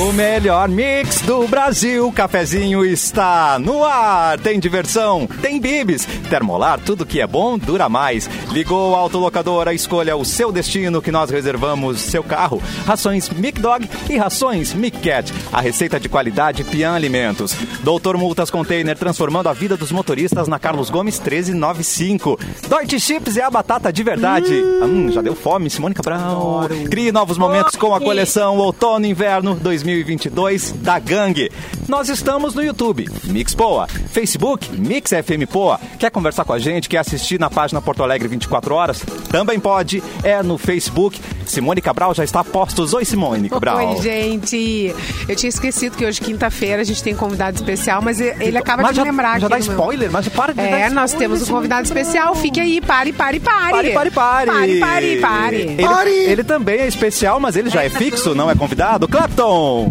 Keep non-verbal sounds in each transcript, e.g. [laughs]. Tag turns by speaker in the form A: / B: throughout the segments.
A: O melhor mix do Brasil, o cafezinho está no ar. Tem diversão, tem bibis, termolar, tudo que é bom dura mais. Ligou a autolocadora, escolha o seu destino que nós reservamos seu carro. Rações Mic Dog e rações Mic Cat. A receita de qualidade Pian Alimentos. Doutor Multas Container, transformando a vida dos motoristas na Carlos Gomes 1395. Deutsche Chips é a batata de verdade. Hum, já deu fome, Simone Cabral. Crie novos momentos com a coleção Outono e Inverno 2022 da Gangue. Nós estamos no YouTube, Mix Poa, Facebook, Mix FM Poa. Quer conversar com a gente? Quer assistir na página Porto Alegre 24 horas? Também pode. É no Facebook. Simone Cabral já está a postos. Oi, Simone Cabral.
B: Oi, gente. Eu tinha esquecido que hoje, quinta-feira, a gente tem convidado especial, mas ele acaba
A: mas
B: de
A: já,
B: me lembrar
A: Já
B: aqui
A: dá
B: do meu-
A: spoiler, mas para de dar
B: É, nós
A: spoiler,
B: temos um
A: Simone
B: convidado
A: Cabral.
B: especial. Fique aí, pare, pare, pare.
A: Pare, pare, pare.
B: Pare, pare, pare.
A: Ele, ele também é especial, mas ele já é fixo, não é convidado. Clapton!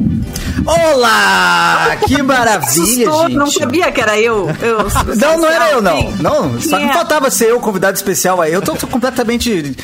C: Olá! Ah, Que maravilha,
D: Assustou,
C: gente.
D: não sabia que era eu. eu
C: [laughs] Não, não era eu, não. Não, só
D: Quem
C: me
D: é?
C: faltava assim, ser eu convidado especial aí. Eu tô, tô completamente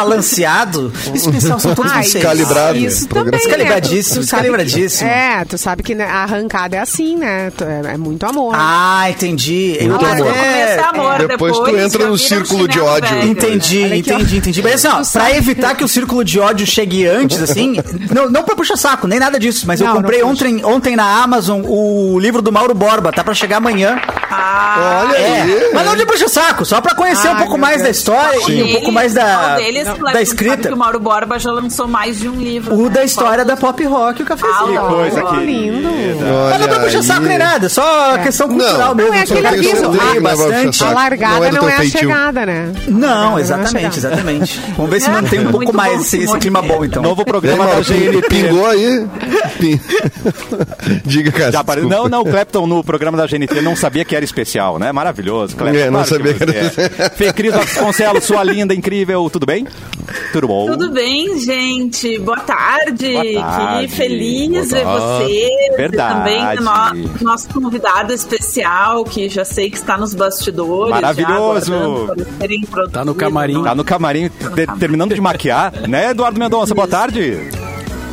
C: desbalanceado. Especial são todos
B: Ai,
C: vocês.
E: Descalibrado.
B: Isso também,
E: Programa
C: Descalibradíssimo,
B: né? Tu sabe que-
C: descalibradíssimo.
B: É, tu sabe que né, a arrancada é assim, né? Tu- É, é muito amor.
C: Ah, entendi. é, Eu
E: Muito amor.
C: até-
D: Começa amor
E: Depois
D: depois.
E: tu entra
D: já
E: no
D: vira um
E: círculo de
D: chinelo
E: ódio.
D: velho.
C: Entendi,
B: né? Olha aqui, ó.
C: entendi, entendi. Mas assim, ó,
B: Tu
C: pra
B: sabe.
C: evitar que o círculo de ódio chegue antes, assim, não, não pra puxar saco, nem nada disso, mas eu
B: Não, não
C: comprei
B: puxa.
C: ontem, ontem na Amazon o livro do Mauro Borba, tá pra chegar amanhã.
D: Ah,
E: Olha
C: É,
E: aí.
C: mas não de puxa saco, só pra conhecer
B: Ai,
C: um pouco
B: meu
C: mais
B: Deus.
C: da história e um
D: dele-
C: pouco mais da,
D: qual deles,
B: um
C: da
D: Cleber? Tu sabe
C: escrita.
D: que o Mauro Borba já lançou mais de um livro.
C: O
D: né?
C: da história da pop rock, o cafezinho.
D: Ah,
C: Ah,
D: ó.
A: Coisa
D: Olha,
A: que
B: lindo.
E: Olha
C: mas não pra puxar
E: aí.
C: saco nem nada, só questão cultural
E: Não,
C: mesmo. assim,
B: Não é
C: só
B: aquele
C: pra
B: aviso,
C: pessoa
B: ah,
C: ler
E: não vai puxar
C: bastante.
E: saco.
B: A largada
E: Não
B: não
E: é
B: é,
E: do teu
B: a
E: feitio.
B: chegada, né?
C: Não,
B: A largada não é a
C: exatamente,
B: chegada.
C: exatamente. Vamos ver se mantém um
D: Muito
C: pouco
D: bom,
C: mais esse, esse
D: Simone.
C: clima bom, então.
A: Novo
E: Vem,
A: programa da
E: Mauro, pin-
A: GNT.
E: pingou aí? Pin- [laughs] Diga, cara.
A: Já parei- Não, não, o Clapton no programa da GNT não sabia que era especial, né? Maravilhoso, Clapton.
E: É, não sabia
A: que
E: que
A: era
E: era
A: especial. Fê Cris Vasconcelos, sua linda, incrível, tudo bem? Tudo bom?
D: Tudo bem, gente? Boa tarde.
A: Boa tarde.
D: Que feliz
A: Boa
D: ver
A: tarde.
D: vocês.
A: Verdade.
D: E também o nosso, nosso convidado especial, que já sei que está nos bastidores.
A: Maravilhoso.
D: Está
F: Tá no camarim.
A: Tá no camarim, te- terminando de maquiar, né, Eduardo Mendonça? Boa tarde.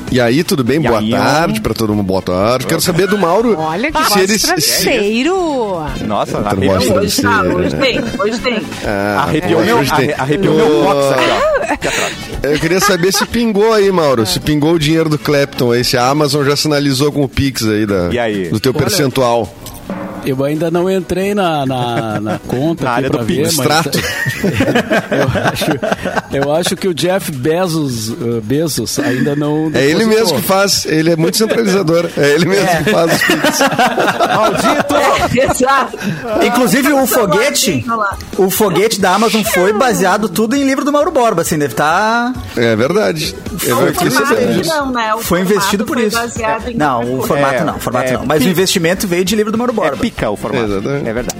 E: E aí, tudo bem?
A: E
E: Boa
A: aí,
E: tarde pra todo mundo. Boa tarde. Quero saber do Mauro.
B: Olha que
E: se ele,
A: [laughs]
E: se,
B: travesseiro.
A: Nossa,
E: Tá
A: arrepiou,
E: bom.
D: Não, hoje, tá,
E: Sim,
D: hoje
E: é.
D: tem, hoje tem.
E: Ah,
A: arrepiou,
E: hoje
A: meu,
E: tem.
A: arre- arrepiou meu
E: Ô,
A: box aqui, ó. Aqui atrás.
E: Eu queria saber se pingou aí, Mauro. Se pingou o dinheiro do Clapton aí. Se a Amazon já sinalizou com o Pix aí, da,
A: E aí?
E: do teu percentual.
F: Eu ainda não entrei na, na, na
E: [laughs]
F: conta
A: Na
F: aqui
A: área
F: pra
A: do
F: ver,
A: Pix.
F: é, mas
E: Extrato.
F: eu acho, eu acho que o Jeff Bezos, uh, Bezos ainda não.
E: É ele
F: depositou.
E: mesmo que faz. Ele é muito centralizador. É ele mesmo que faz os Pix.
A: Maldito!
D: É, Exato.
C: Inclusive o
D: Tá
C: um foguete,
D: lá, lá.
C: o foguete da Amazon foi baseado tudo em livro do Mauro Borba, assim, deve estar...
E: É verdade. é Eu
D: Não,
E: não
D: o
E: fiquei
D: um formato
E: sabendo
D: que
E: disso.
D: não, né? O
C: Foi
D: formato
C: investido por
D: foi
C: isso.
D: baseado em outra
C: Não, o
D: coisa.
C: formato
A: É,
C: não, o formato
A: é,
C: não. Mas
A: pi-
C: o investimento veio de livro do Mauro
A: É
C: Borba.
A: pica o formato.
E: Exatamente.
A: É verdade.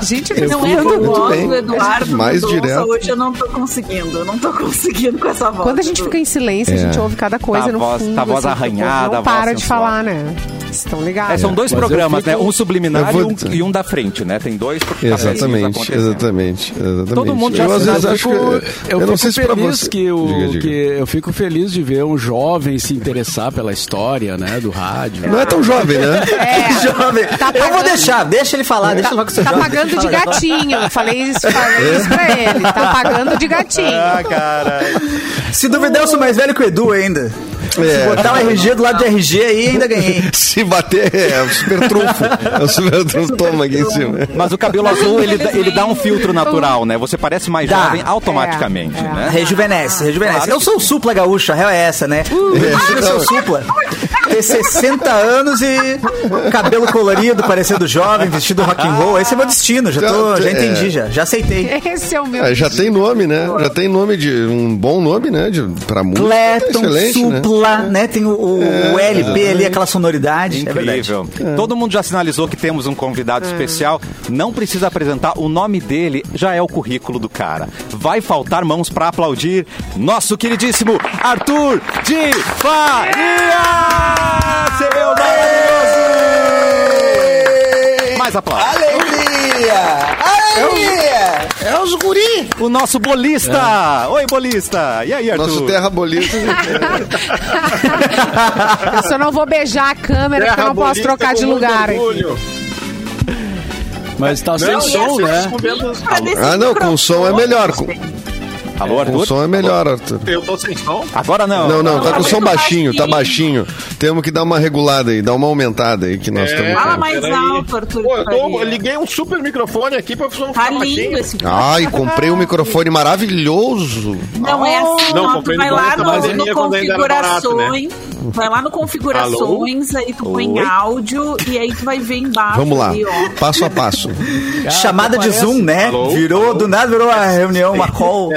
E: É,
B: Gente, ele
D: Não
B: não
D: é
B: é
D: que eu
E: Muito
D: gosto
E: bem.
D: do Eduardo
E: Mais
D: mais Mendonça,
E: direto.
D: hoje eu não tô conseguindo, eu não tô conseguindo com essa voz.
B: Quando a gente fica em silêncio, a gente ouve cada coisa
A: Tá a
B: no
A: voz-
B: fundo.
A: tá a voz
B: assim, que o povo
A: arranhada, a
B: Não
A: voz
B: para de
A: sensual.
B: falar, né? Vocês estão
A: É,
B: ligados.
A: são dois
F: Mas eu
A: programas, né?
F: fico-
A: Um subliminar
E: Eu vou-
A: e um- e um da frente, né? Tem dois porque tá
E: Exatamente,
A: acontecendo.
E: exatamente, exatamente.
A: Todo mundo já
E: eu, às
A: sabe,
E: vezes,
F: eu
E: acho
F: fico,
E: que,
F: eu
E: eu não
F: fico
E: sei se pra
F: feliz
E: você.
F: que, o,
E: Diga, diga.
F: que eu fico feliz de ver um jovem se interessar pela história, né, do rádio.
E: Não é tão jovem,
B: [laughs]
E: né?
C: [laughs]
A: [laughs]
C: Jovem, eu vou deixar, deixa ele
A: É.
C: falar, deixa logo que você
B: É, Tá
C: joga.
B: pagando de gatinho. Eu Falei
A: [laughs]
B: isso, falei isso pra ele. Tá pagando de gatinho.
A: Ah, cara.
C: Se duvidar, eu sou mais velho que o Edu ainda. Se
E: É.
C: botar o RG do lado de RG aí, ainda ganhei.
E: Se bater, é o super trunfo. É o super trunfo, toma aqui em cima.
A: Mas o cabelo azul, ele, dá- ele dá um filtro natural, né? Você parece mais
C: Dá.
A: jovem automaticamente,
B: É, é.
A: né?
C: Rejuvenesce, rejuvenesce.
A: Claro
C: eu
A: que
C: sou o supla gaúcha, a real é essa, né?
E: É.
C: Eu sou o supla. Ter 60 anos e cabelo colorido, parecendo jovem, vestido rock and roll. Esse é meu destino, já, tô,
E: é.
C: já entendi, já, já aceitei.
B: Esse é o meu.
E: Ah, já tem nome, né? Já tem nome de um bom nome, né? De, pra música.
C: Clepton,
E: excelente, né? É,
C: supla, né? Tem o, o- o LP ali, aquela sonoridade. É verdade.
A: Incrível. Todo mundo já sinalizou que temos um convidado especial. Não precisa apresentar, o nome dele já é o currículo do cara. Vai faltar mãos pra aplaudir nosso queridíssimo Arthur de Faria! Seu maravilhoso! Mais aplausos.
C: Alegria!
G: Aê! É os guri!
A: O nosso bolista! Oi, bolista! E aí, Arthur?
E: Nosso terra bolista.
B: Eu só não vou beijar a câmera, porque eu não posso trocar de lugar.
F: Mas tá sem
E: é
H: Não,
F: som,
H: eu,
F: né?
E: Ah, não, com som é melhor. Com,
A: Alô,
E: com
A: Arthur?
E: som é melhor, Arthur.
H: eu tô sem som.
A: Agora não.
E: Não, não, tá com som
D: Tá
E: baixinho, tá
D: baixinho.
E: baixinho. Temos que dar uma regulada aí, dar uma aumentada aí que nós estamos.
D: Fala
E: tendo.
D: mais
H: peraí.
D: alto, Arthur.
H: Pô, eu, tô-
D: Faria.
H: eu liguei um super microfone aqui pra pessoa não
D: Tá
H: ficar baixinho.
D: lindo esse
E: Ai, comprei um microfone maravilhoso.
D: Não é assim,
H: Não,
D: ó. Tu
H: comprei
D: vai
H: no
D: lá
H: Barato,
D: no,
H: mas a
D: no
H: minha quando ainda era barato,
D: configurações. Vai lá no configurações, aí tu põe
A: Oi.
D: áudio e aí tu vai ver embaixo.
E: Vamos lá,
D: ali, ó.
E: passo a passo.
C: Chamada de Zoom, né?
H: Alô?
C: virou, do nada virou uma reunião, uma call.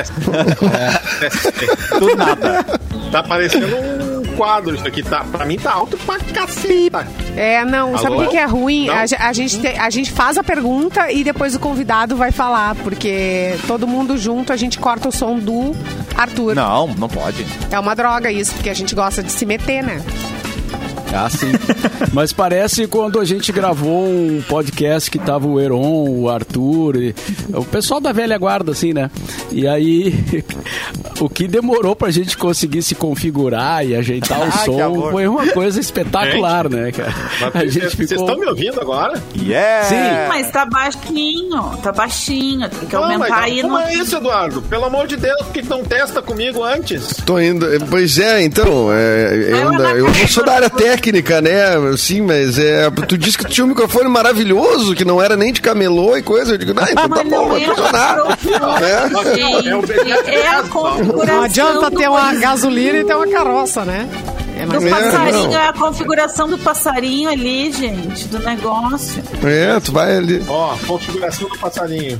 A: Do nada.
H: Tá parecendo um quadro isso aqui. Tá, pra mim tá alto pra caceta.
B: É, não, sabe o que, que é ruim?
H: Não.
B: A, ge- a gente te- a gente faz a pergunta e depois o convidado vai falar, porque todo mundo junto a gente corta o som do Arthur.
A: Não, não pode.
B: É uma droga isso, porque a gente gosta de se meter, né?
F: Ah, sim. Mas parece quando a gente gravou um podcast que tava o Heron, o Arthur, e- o pessoal da velha guarda, assim, né? E aí, [laughs] o que demorou pra gente conseguir se configurar e ajeitar o
A: Ah, que
F: som
A: amor.
F: foi uma coisa espetacular, né, cara? A gente
H: Vocês
F: ficou...
H: estão me ouvindo agora?
A: Yeah!
B: É.
F: Sim.
D: Mas tá baixinho, tá baixinho. Tem que
H: Não,
D: aumentar
H: mas
D: aí
H: como
D: no.
H: é isso, Eduardo? Pelo amor de Deus, por que não testa comigo antes?
E: Tô indo. Pois é, então, é, eu, ainda, eu não sou da área técnica, né? Sim, mas é. Tu disse que tu tinha um microfone maravilhoso, que não era nem de camelô e coisa. Eu digo, ah, então tá
D: Mas não
E: bom, vai
D: é
E: funcionar. É.
D: o
H: É.
D: gente, é a configuração.
B: Não adianta
D: do
B: ter uma
D: coisa-
B: gasolina e ter uma carroça, né? É mais
D: Do
E: É,
D: passarinho,
E: não.
D: é a configuração do passarinho ali, gente, do negócio.
E: É, tu vai ali. tá
H: Ó, configuração do passarinho.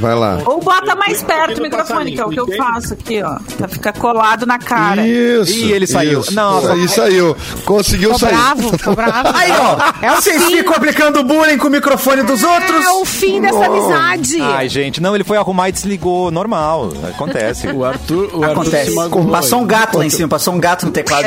E: Vai lá.
D: Ou bota mais
H: eu
D: perto
H: fico
D: o microfone,
H: passarinho,
D: que é o que eu
H: entende?
D: faço aqui, ó. Pra ficar colado na cara.
E: Isso.
A: Ih, ele saiu.
E: isso.
A: Não,
E: aí saiu. Conseguiu
B: Tô
E: sair.
B: bravo, tô bravo.
C: Aí, ó,
B: é o
C: vocês
B: fim.
C: ficam aplicando bullying com o microfone dos outros.
B: É o fim dessa amizade.
A: Ai, gente, não, ele foi arrumar e desligou, normal, acontece.
F: O Arthur, o Arthur
C: Acontece.
F: se magoou.
C: Passou um gato lá em cima, passou um gato no teclado.
E: [laughs]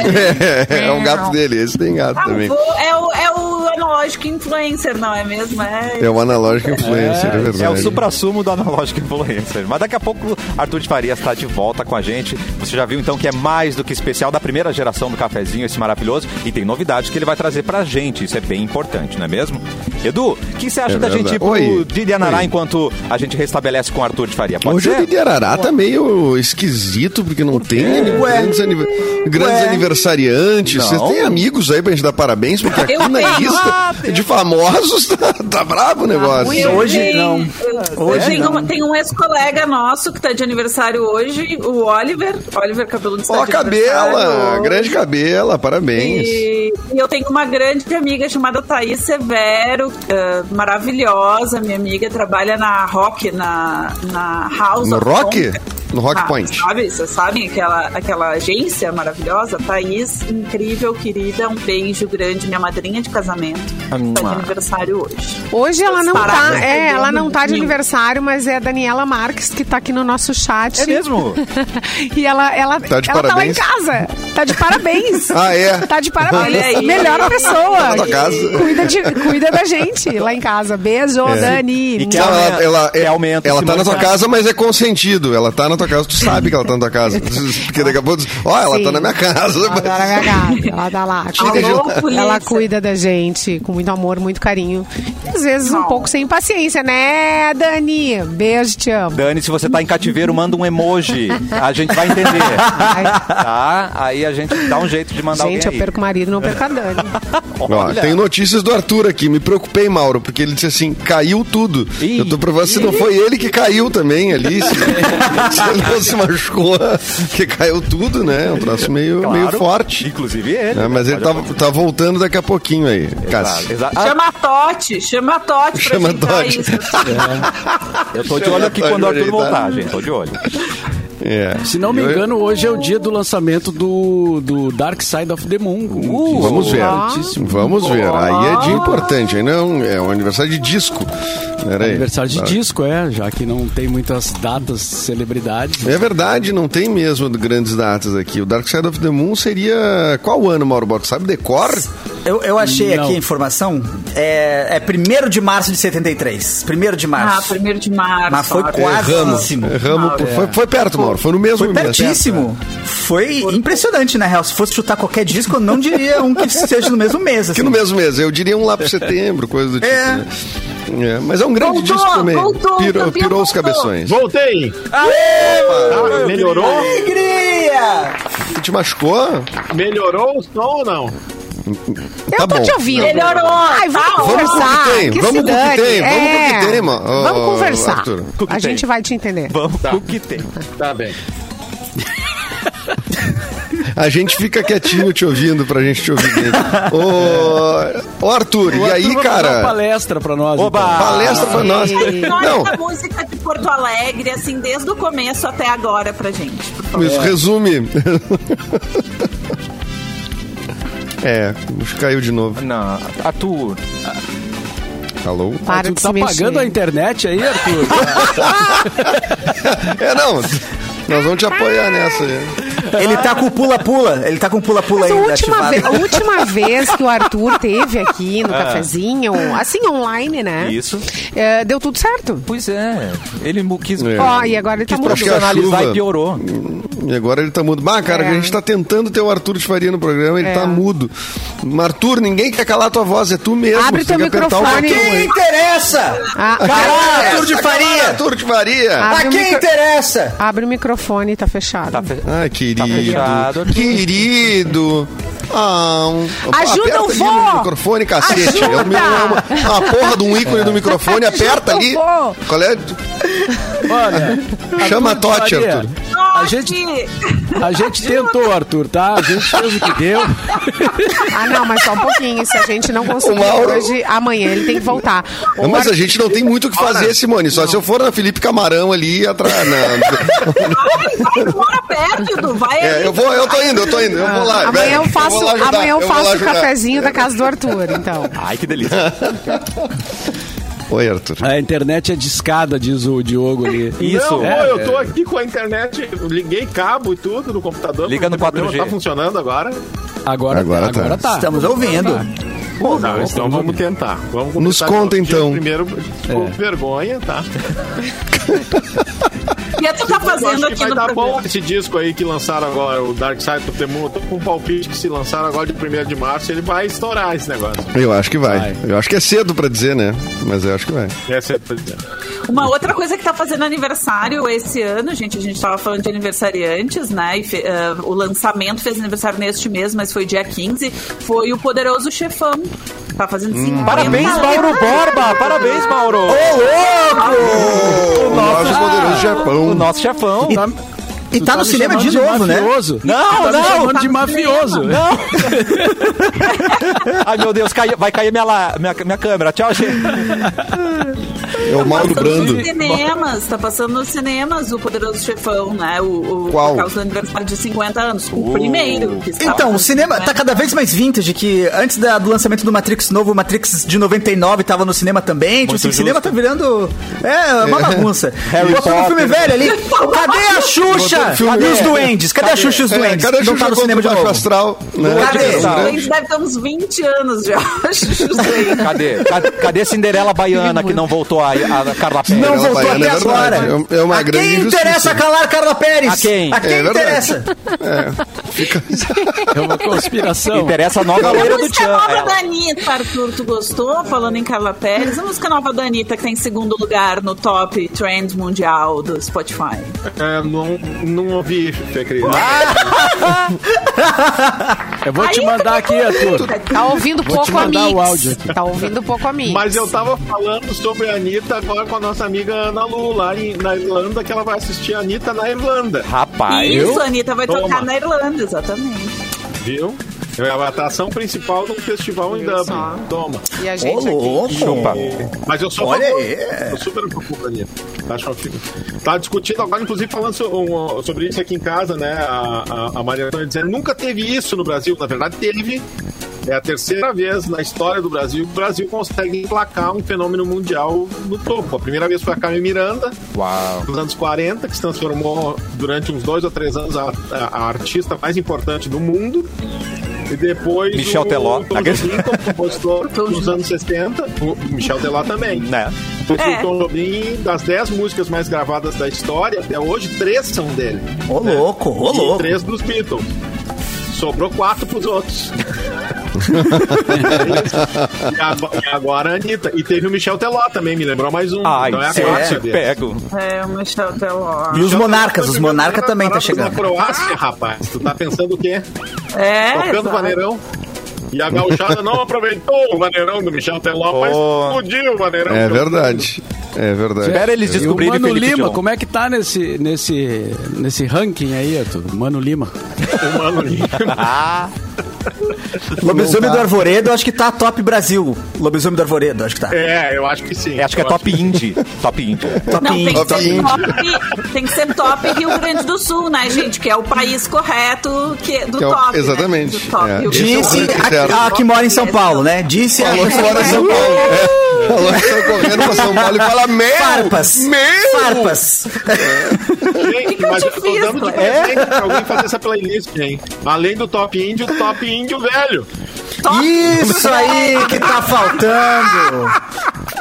E: É, é um gato dele, esse tem gato
D: Ah,
E: também.
D: vou- é, o, é o analógico influencer, não é mesmo? É,
E: É um analógico influencer, é, verdade.
A: É o supra-sumo do analógico influencer. Mas daqui a pouco Arthur de Farias está de volta com a gente. Você já viu então que é mais do que especial da primeira geração do cafezinho, esse maravilhoso. E tem novidades que ele vai trazer pra gente. Isso é bem importante, não é mesmo? Edu, o que você acha
E: É
A: da gente
E: verdade.
A: ir pro
E: Oi.
A: Didi Anará
E: Oi.
A: enquanto a gente restabelece com o Arthur de Faria? Pode
E: Hoje o
A: ser?
E: Didi Arará tá meio esquisito, porque não tem grandes, anive- grandes aniversariantes. Vocês
A: Não.
E: têm amigos aí pra gente dar parabéns, porque aqui
D: Eu
E: na
D: tenho.
E: lista de famosos [laughs] tá, tá bravo o negócio.
D: Eu
C: hoje
D: tenho-
C: não.
D: eu
C: Hoje
D: tenho-
C: não.
D: Tem um ex-colega nosso que tá de aniversário hoje, o Oliver. Oliver Cabelo Tá de
E: Ó, cabela, grande cabela, parabéns.
D: E e eu tenho uma grande amiga chamada Thaís Severo, eh, maravilhosa. Minha amiga trabalha na Rock, na, na House.
E: No
D: of
E: Rock?
D: Conca.
E: No Rock
D: Ah,
E: Point.
D: Sabe, vocês sabem aquela, aquela agência maravilhosa? Thaís, incrível, querida. Um beijo grande, minha madrinha de casamento. Tá de aniversário hoje.
B: Hoje ela não tá,
D: Parabéns,
B: é, ela
D: Daniela.
B: não tá de aniversário, mas é a Daniela Marques que tá aqui no nosso chat.
A: É mesmo?
B: [laughs] E ela, ela,
E: Tá de
B: ela tá lá em
E: parabéns?
B: casa. Tá de parabéns.
E: Ah, é?
B: Tá de
D: Olha
B: parabéns.
D: aí.
B: Melhor pessoa.
E: Tá na casa.
B: Cuida, de- cuida da gente lá em casa. Beijo, Dani.
A: E que
E: É. Não,
A: ela-
E: ela, ela,
A: que aumenta,
E: ela
A: se
E: tá na tua
A: manifesta.
E: casa, mas é consentido. Ela tá na tua casa, tu sabe que ela tá na tua casa. Porque daqui a pouco, tu- ó, ela
B: Sim.
E: tá na minha casa.
B: Ela tá na minha casa, ela tá lá.
D: Alô, polícia.
B: Ela cuida da gente com muito amor, muito carinho. E Às vezes um
D: Não.
B: pouco sem paciência, né, Dani? Beijo, te
E: [laughs]
B: amo.
A: Dani, se você tá em cativeiro, manda um emoji. A gente vai entender. Tá? Aí a gente dá um jeito de mandar
B: Gente, eu
A: alguém aí.
B: perco o marido, não perco a
E: [laughs]
B: Dani.
E: Ó,
A: Olha.
E: tem notícias do Arthur aqui. Me preocupei, Mauro, porque ele disse assim: caiu tudo.
A: Ih.
E: Eu tô provando se não foi ele que caiu também ali.
F: [laughs]
E: Se, se ele não se machucou, que caiu tudo, né? É Um troço meio,
A: Claro.
E: meio forte.
A: Inclusive ele. Tá,
E: É, mas ele tá, tá voltando daqui a pouquinho aí, Cássio.
A: Exato.
D: Chama a Tote, chama a Tote pra
E: Chama a
D: ajeitar
E: Totti.
D: isso.
A: Ah, Eu tô de olho aqui
E: Tá
A: quando o Arthur
E: ajeitado.
A: voltar, gente. Tô de olho.
E: É.
F: Se não me
E: Eu-
F: engano, hoje é o dia do lançamento do, do Dark Side of the Moon. um
A: Uh,
E: Vamos ver.
F: Altíssimo.
E: Vamos ver. Aí é dia importante. Aí não é um aniversário de disco. Pera aí.
F: Aniversário de
E: Tá.
F: disco, é, já que não tem muitas datas, celebridades.
E: É verdade, não tem mesmo grandes datas aqui. O Dark Side of the Moon seria. Qual ano, Mauro Borges? Sabe decor?
C: Eu, eu achei
F: Não.
C: aqui a informação. É, é 1 de março de 73. 1 de
D: Ah,
C: março.
D: primeiro de março.
C: Mas foi
D: ó.
C: quase. um
E: Erramos. Erramos. por- Foi, foi perto, Mauro. Foi no mesmo
C: Foi
E: É, mesmo.
C: pertíssimo. Foi impressionante, né, real? Se fosse chutar qualquer disco, eu não diria um que seja no mesmo mês.
E: Que
C: Assim.
E: no mesmo mês. Eu diria um lá pro setembro, coisa do tipo.
C: É.
E: né? É, mas é um grande
D: Voltou,
E: disco também.
D: voltou,
E: pirou
D: campeão
E: pirou os
D: voltou.
E: cabeções.
H: Voltei! Tá, melhorou?
C: Alegria!
E: Tu te machucou?
H: Melhorou o som ou não?
B: Eu
E: tá
B: tô
E: bom.
B: te ouvindo.
D: Melhorou.
B: Ai, vamos
D: Tá bom.
E: Vamos com o
B: conversar.
E: que tem,
B: que
E: vamos
B: se
E: com o que
B: dane.
E: tem, vamos com o que
B: É.
E: tem, mano. Ô,
B: Vamos conversar.
E: Arthur.
H: Com o que
B: A
H: tem.
B: gente vai te entender.
A: Vamos
H: Tá.
A: com o que tem.
H: Tá bem.
E: A gente fica quietinho te ouvindo pra gente te ouvir dele. Ô, ô, Arthur,
F: O
E: e aí,
F: Arthur vai fazer Uma
E: cara?
F: palestra pra nós.
A: Oba!
F: então.
E: Palestra pra nós.
D: Olha
E: Não,
D: a música de Porto Alegre, assim, desde o começo até agora pra gente. por favor.
E: isso resume. É, acho que caiu de novo.
A: Não, Arthur.
E: Alô?
B: Para
F: tu
B: de
F: tá
B: se mexer.
F: pagando a internet aí, Arthur?
E: É, não. Nós vamos te apoiar nessa aí.
C: Ele tá com o pula-pula. Ele tá com o pula-pula
B: Mas a
C: ainda
B: última,
C: ativado.
B: vez, a
E: [laughs]
B: última vez que o Arthur teve aqui
E: Ah.
B: no cafezinho, assim, online, né?
A: Isso.
B: É, deu tudo certo.
A: Pois é. Ele mu- quis.
E: É.
B: Ó, e agora ele tá
E: Quis praticar
B: mudando.
E: a
A: Profissionalizar
E: chuva.
A: e piorou.
E: E agora ele tá mudo. Bah, cara,
B: É.
E: a gente tá tentando ter o Arthur de Faria no programa, ele
B: É.
E: tá mudo. Arthur, ninguém quer calar tua voz, é tu mesmo.
B: Abre
E: tu
B: teu
E: tem que apertar o
B: microfone.
E: botão
C: Quem
E: aí.
C: interessa?
E: [laughs]
B: Ah,
C: Caralho, Arthur de
E: Para,
C: Faria!
E: Arthur de Faria!
B: Abre
C: A
B: o
C: quem
B: micro-
C: interessa?
B: Abre o microfone, tá fechado.
A: Tá fe-
E: Ah, querido.
A: fechado aqui.
E: querido. Ah, um...
B: Ajuda
E: aperta
B: o
E: ali
B: vô.
E: no microfone, cacete.
B: Ajuda.
E: É o meu- é uma, uma porra de um ícone
B: [laughs]
E: do microfone, aperta ali.
B: o vô.
E: Qual é?
F: Olha,
E: Chama a
F: Arthur de
E: Totti,
F: Faria,
E: Arthur.
F: A
D: Totti!
F: gente, a gente tentou, Arthur, tá? A gente fez o que deu.
B: Ah, não, mas só um pouquinho. Se a gente não conseguir
E: [laughs] O Mauro-
B: hoje, amanhã ele tem que voltar. O
E: Não, mas
B: Ar-
E: a gente não tem muito o que fazer, Simone. Só se eu for na Felipe Camarão ali atrás.
B: [laughs]
E: na-
D: Vai, vai embora perto, vai
E: É, eu vou, eu tô indo, eu tô indo. Eu vou lá.
B: Ah, amanhã
E: velho.
B: eu faço,
E: vou lá ajudar,
B: amanhã eu
E: vou lá
B: faço o
E: ajudar. É.
B: cafezinho da casa do Arthur, então.
A: Ai, que delícia.
E: Oi, Arthur.
F: A internet é discada, diz o Diogo ali.
A: Isso.
H: Não,
A: É,
H: pô, eu tô aqui com a internet, eu liguei cabo e tudo no computador.
A: Liga no
H: não tem problema,
A: 4G.
H: Tá funcionando agora?
F: Agora,
E: Agora
F: agora,
E: tá.
F: tá.
C: Estamos ouvindo.
H: Não, então vamos tentar. Vamos
E: Nos
H: começar
E: conta,
H: pelo-
E: então.
H: Primeiro, com vergonha, tá?
D: O que tu tá
H: Eu
D: fazendo
H: acho que
D: aqui
H: vai
D: no
H: dar bom
D: programa?
H: esse disco aí que lançaram agora, o Dark Side of the Moon. Eu tô com um palpite que se lançaram agora de 1 de março, ele vai estourar esse negócio.
E: Eu acho que vai.
F: Vai.
E: Eu acho que é cedo pra dizer, né? Mas eu acho que vai.
H: Essa é...
D: Uma outra coisa que tá fazendo aniversário esse ano, gente, a gente tava falando de aniversariantes, né? E fe- eh, o lançamento fez aniversário neste mês, mas foi dia 15. Foi o Poderoso Chefão. Tá fazendo 50
A: Parabéns,
D: anos.
A: Mauro Borba! Parabéns, Mauro!
E: O nosso poderoso
A: O
E: Japão.
A: nosso chefão.
C: E tá no cinema de
F: chamando
C: novo, né?
F: mafioso.
A: Não,
F: tá me
A: não.
F: chamando de mafioso.
A: Não! Ai, meu Deus, cai- vai cair minha, la- minha, minha câmera. Tchau, gente.
E: É o Mauro
D: Tá Passando
E: Brando.
D: nos cinemas, tá passando nos cinemas o Poderoso Chefão, né? O, o
E: Qual?
D: Por causa do aniversário de 50 anos. O primeiro. que está né?
C: Então, o
D: fazendo
C: cinema
D: 50
C: tá cada vez mais vintage, que antes da- do lançamento do Matrix novo, o Matrix de 99 tava no cinema também. Tipo, assim, o cinema tá virando... É, uma
E: [laughs]
C: bagunça.
A: Harry
C: Botou um filme
A: Potter.
C: velho ali. Cadê a Xuxa?
E: Botou filme-
C: Cadê os
E: é.
C: duendes? Cadê, a Xuxa e os
E: É,
C: duendes?
E: cadê o
C: Não tá
E: Xuxa
C: no cinema de
E: contra o
C: novo.
E: Astral? Né?
A: Cadê?
E: Era um
D: Os
E: grande-
D: dois deve ter uns 20 anos [laughs] já.
A: Cadê? Cadê, cadê Cinderela Baiana que não voltou a, a Carla Pérez?
C: Não
E: Ela
C: voltou
E: vai,
C: até
E: é verdade.
C: agora.
E: É uma
C: a
E: grande
C: quem
E: injustiça.
C: interessa calar Carla Pérez?
A: A quem?
C: A quem
E: É verdade.
C: interessa?
F: É uma conspiração.
A: Interessa a nova
D: A
A: loira do Tchan.
D: música
A: é
D: nova
A: ela.
D: da Anitta, Arthur, tu gostou? Falando em Carla Pérez, a música nova da Anitta que tá em segundo lugar no top trend mundial do Spotify.
H: É, não, não ouvi, Fê Cris.
F: Eu vou te
D: Aí,
F: mandar aqui, Arthur.
B: Tá ouvindo
F: te
B: pouco a
F: mandar
B: Mix.
F: o áudio aqui.
B: Tá ouvindo pouco a Mix.
H: Mas eu tava falando sobre a Anitta agora com a nossa amiga Ana Lu, lá em- na Irlanda, que ela vai assistir a Anitta na Irlanda,
A: Rapaz,
D: Isso, a Anitta vai
H: Toma.
D: tocar na Irlanda, exatamente.
H: viu? É a atração principal do festival em Dublin.
B: só.
H: Toma.
B: E a
C: Ô,
B: gente aqui.
C: louco.
A: chupa.
H: Mas eu sou
C: Olha
H: favor.
C: aí.
A: é.
H: Eu super a favor da Anitta. Acho uma figura. Tá discutindo agora, inclusive, falando so- um, sobre isso aqui em casa, né? A, a, a Maria Antônia dizendo nunca teve isso no Brasil. Na verdade, teve. É a terceira vez na história do Brasil que o Brasil consegue emplacar um fenômeno mundial no topo. A primeira vez foi a Carmen Miranda,
A: Uau.
H: nos anos 40, que se transformou durante uns dois ou três anos a, a- a artista mais importante do mundo. E depois
A: Michel
H: o
A: Teló.
H: Tom Jobim, como compositor dos anos 60, o Michel Teló também.
A: Né?
H: Depois
D: É.
H: o Tom Jobim, das 10 músicas mais gravadas da história, até hoje, três são dele.
C: Ô louco, ô
H: e
C: louco.
H: três dos Beatles. Sobrou quatro
C: [laughs]
H: pros outros. e, a- e agora a Anitta. E teve o Michel Teló também, me lembrou mais um.
A: Ai,
H: então é a
A: se
H: quarta
A: eu te
H: deles.
A: pego.
D: É, o Michel Teló.
C: E os monarcas, os monarcas também tá
H: Parados Então, Na
C: chegando.
H: Croácia, rapaz. Tu tá pensando o quê?
D: É,
H: Tocando
D: exato.
H: o Vaneirão. E a gauchada não aproveitou o Vaneirão do Michel Teló, mas
A: Oh.
H: explodiu o Vaneirão.
E: É verdade. É verdade.
A: Espera eles
F: E o
A: descobrirem
F: Mano
A: Felipe
F: Lima,
A: Dion.
F: como é que tá nesse, nesse, nesse ranking aí, Arthur? Mano Lima.
H: O Mano
A: [laughs]
H: Lima.
A: Ah,
C: Lobisomem do Arvoredo, eu acho que tá top Brasil. Lobisomem do Arvoredo, acho que tá.
H: É, eu acho que sim.
A: eu acho que é
H: Eu
A: top indie. top indie.
C: Top
D: Não, tem
C: Indy.
D: que,
E: Top
D: ser
E: Indy.
D: top, tem que ser top Rio Grande do Sul, né, gente? Que é o país correto que, do
E: Que é o-
D: top. né?
E: exatamente,
D: Do top,
E: é.
D: Rio Grande do
C: Disse
D: Sul.
E: Sincero.
C: a, a que mora em São Paulo, né? Disse a
E: Falou
C: que
E: que mora em São Paulo. É. Falou que saiu correndo pra São Paulo e fala, meu!
C: Farpas.
E: Meu!
C: Farpas.
H: Gente, mas eu tô
D: fiz,
H: dando de
D: Cleber?
H: presente pra alguém fazer essa playlist, hein? Além do top índio, top índio velho.
D: Top.
C: Isso aí que tá faltando.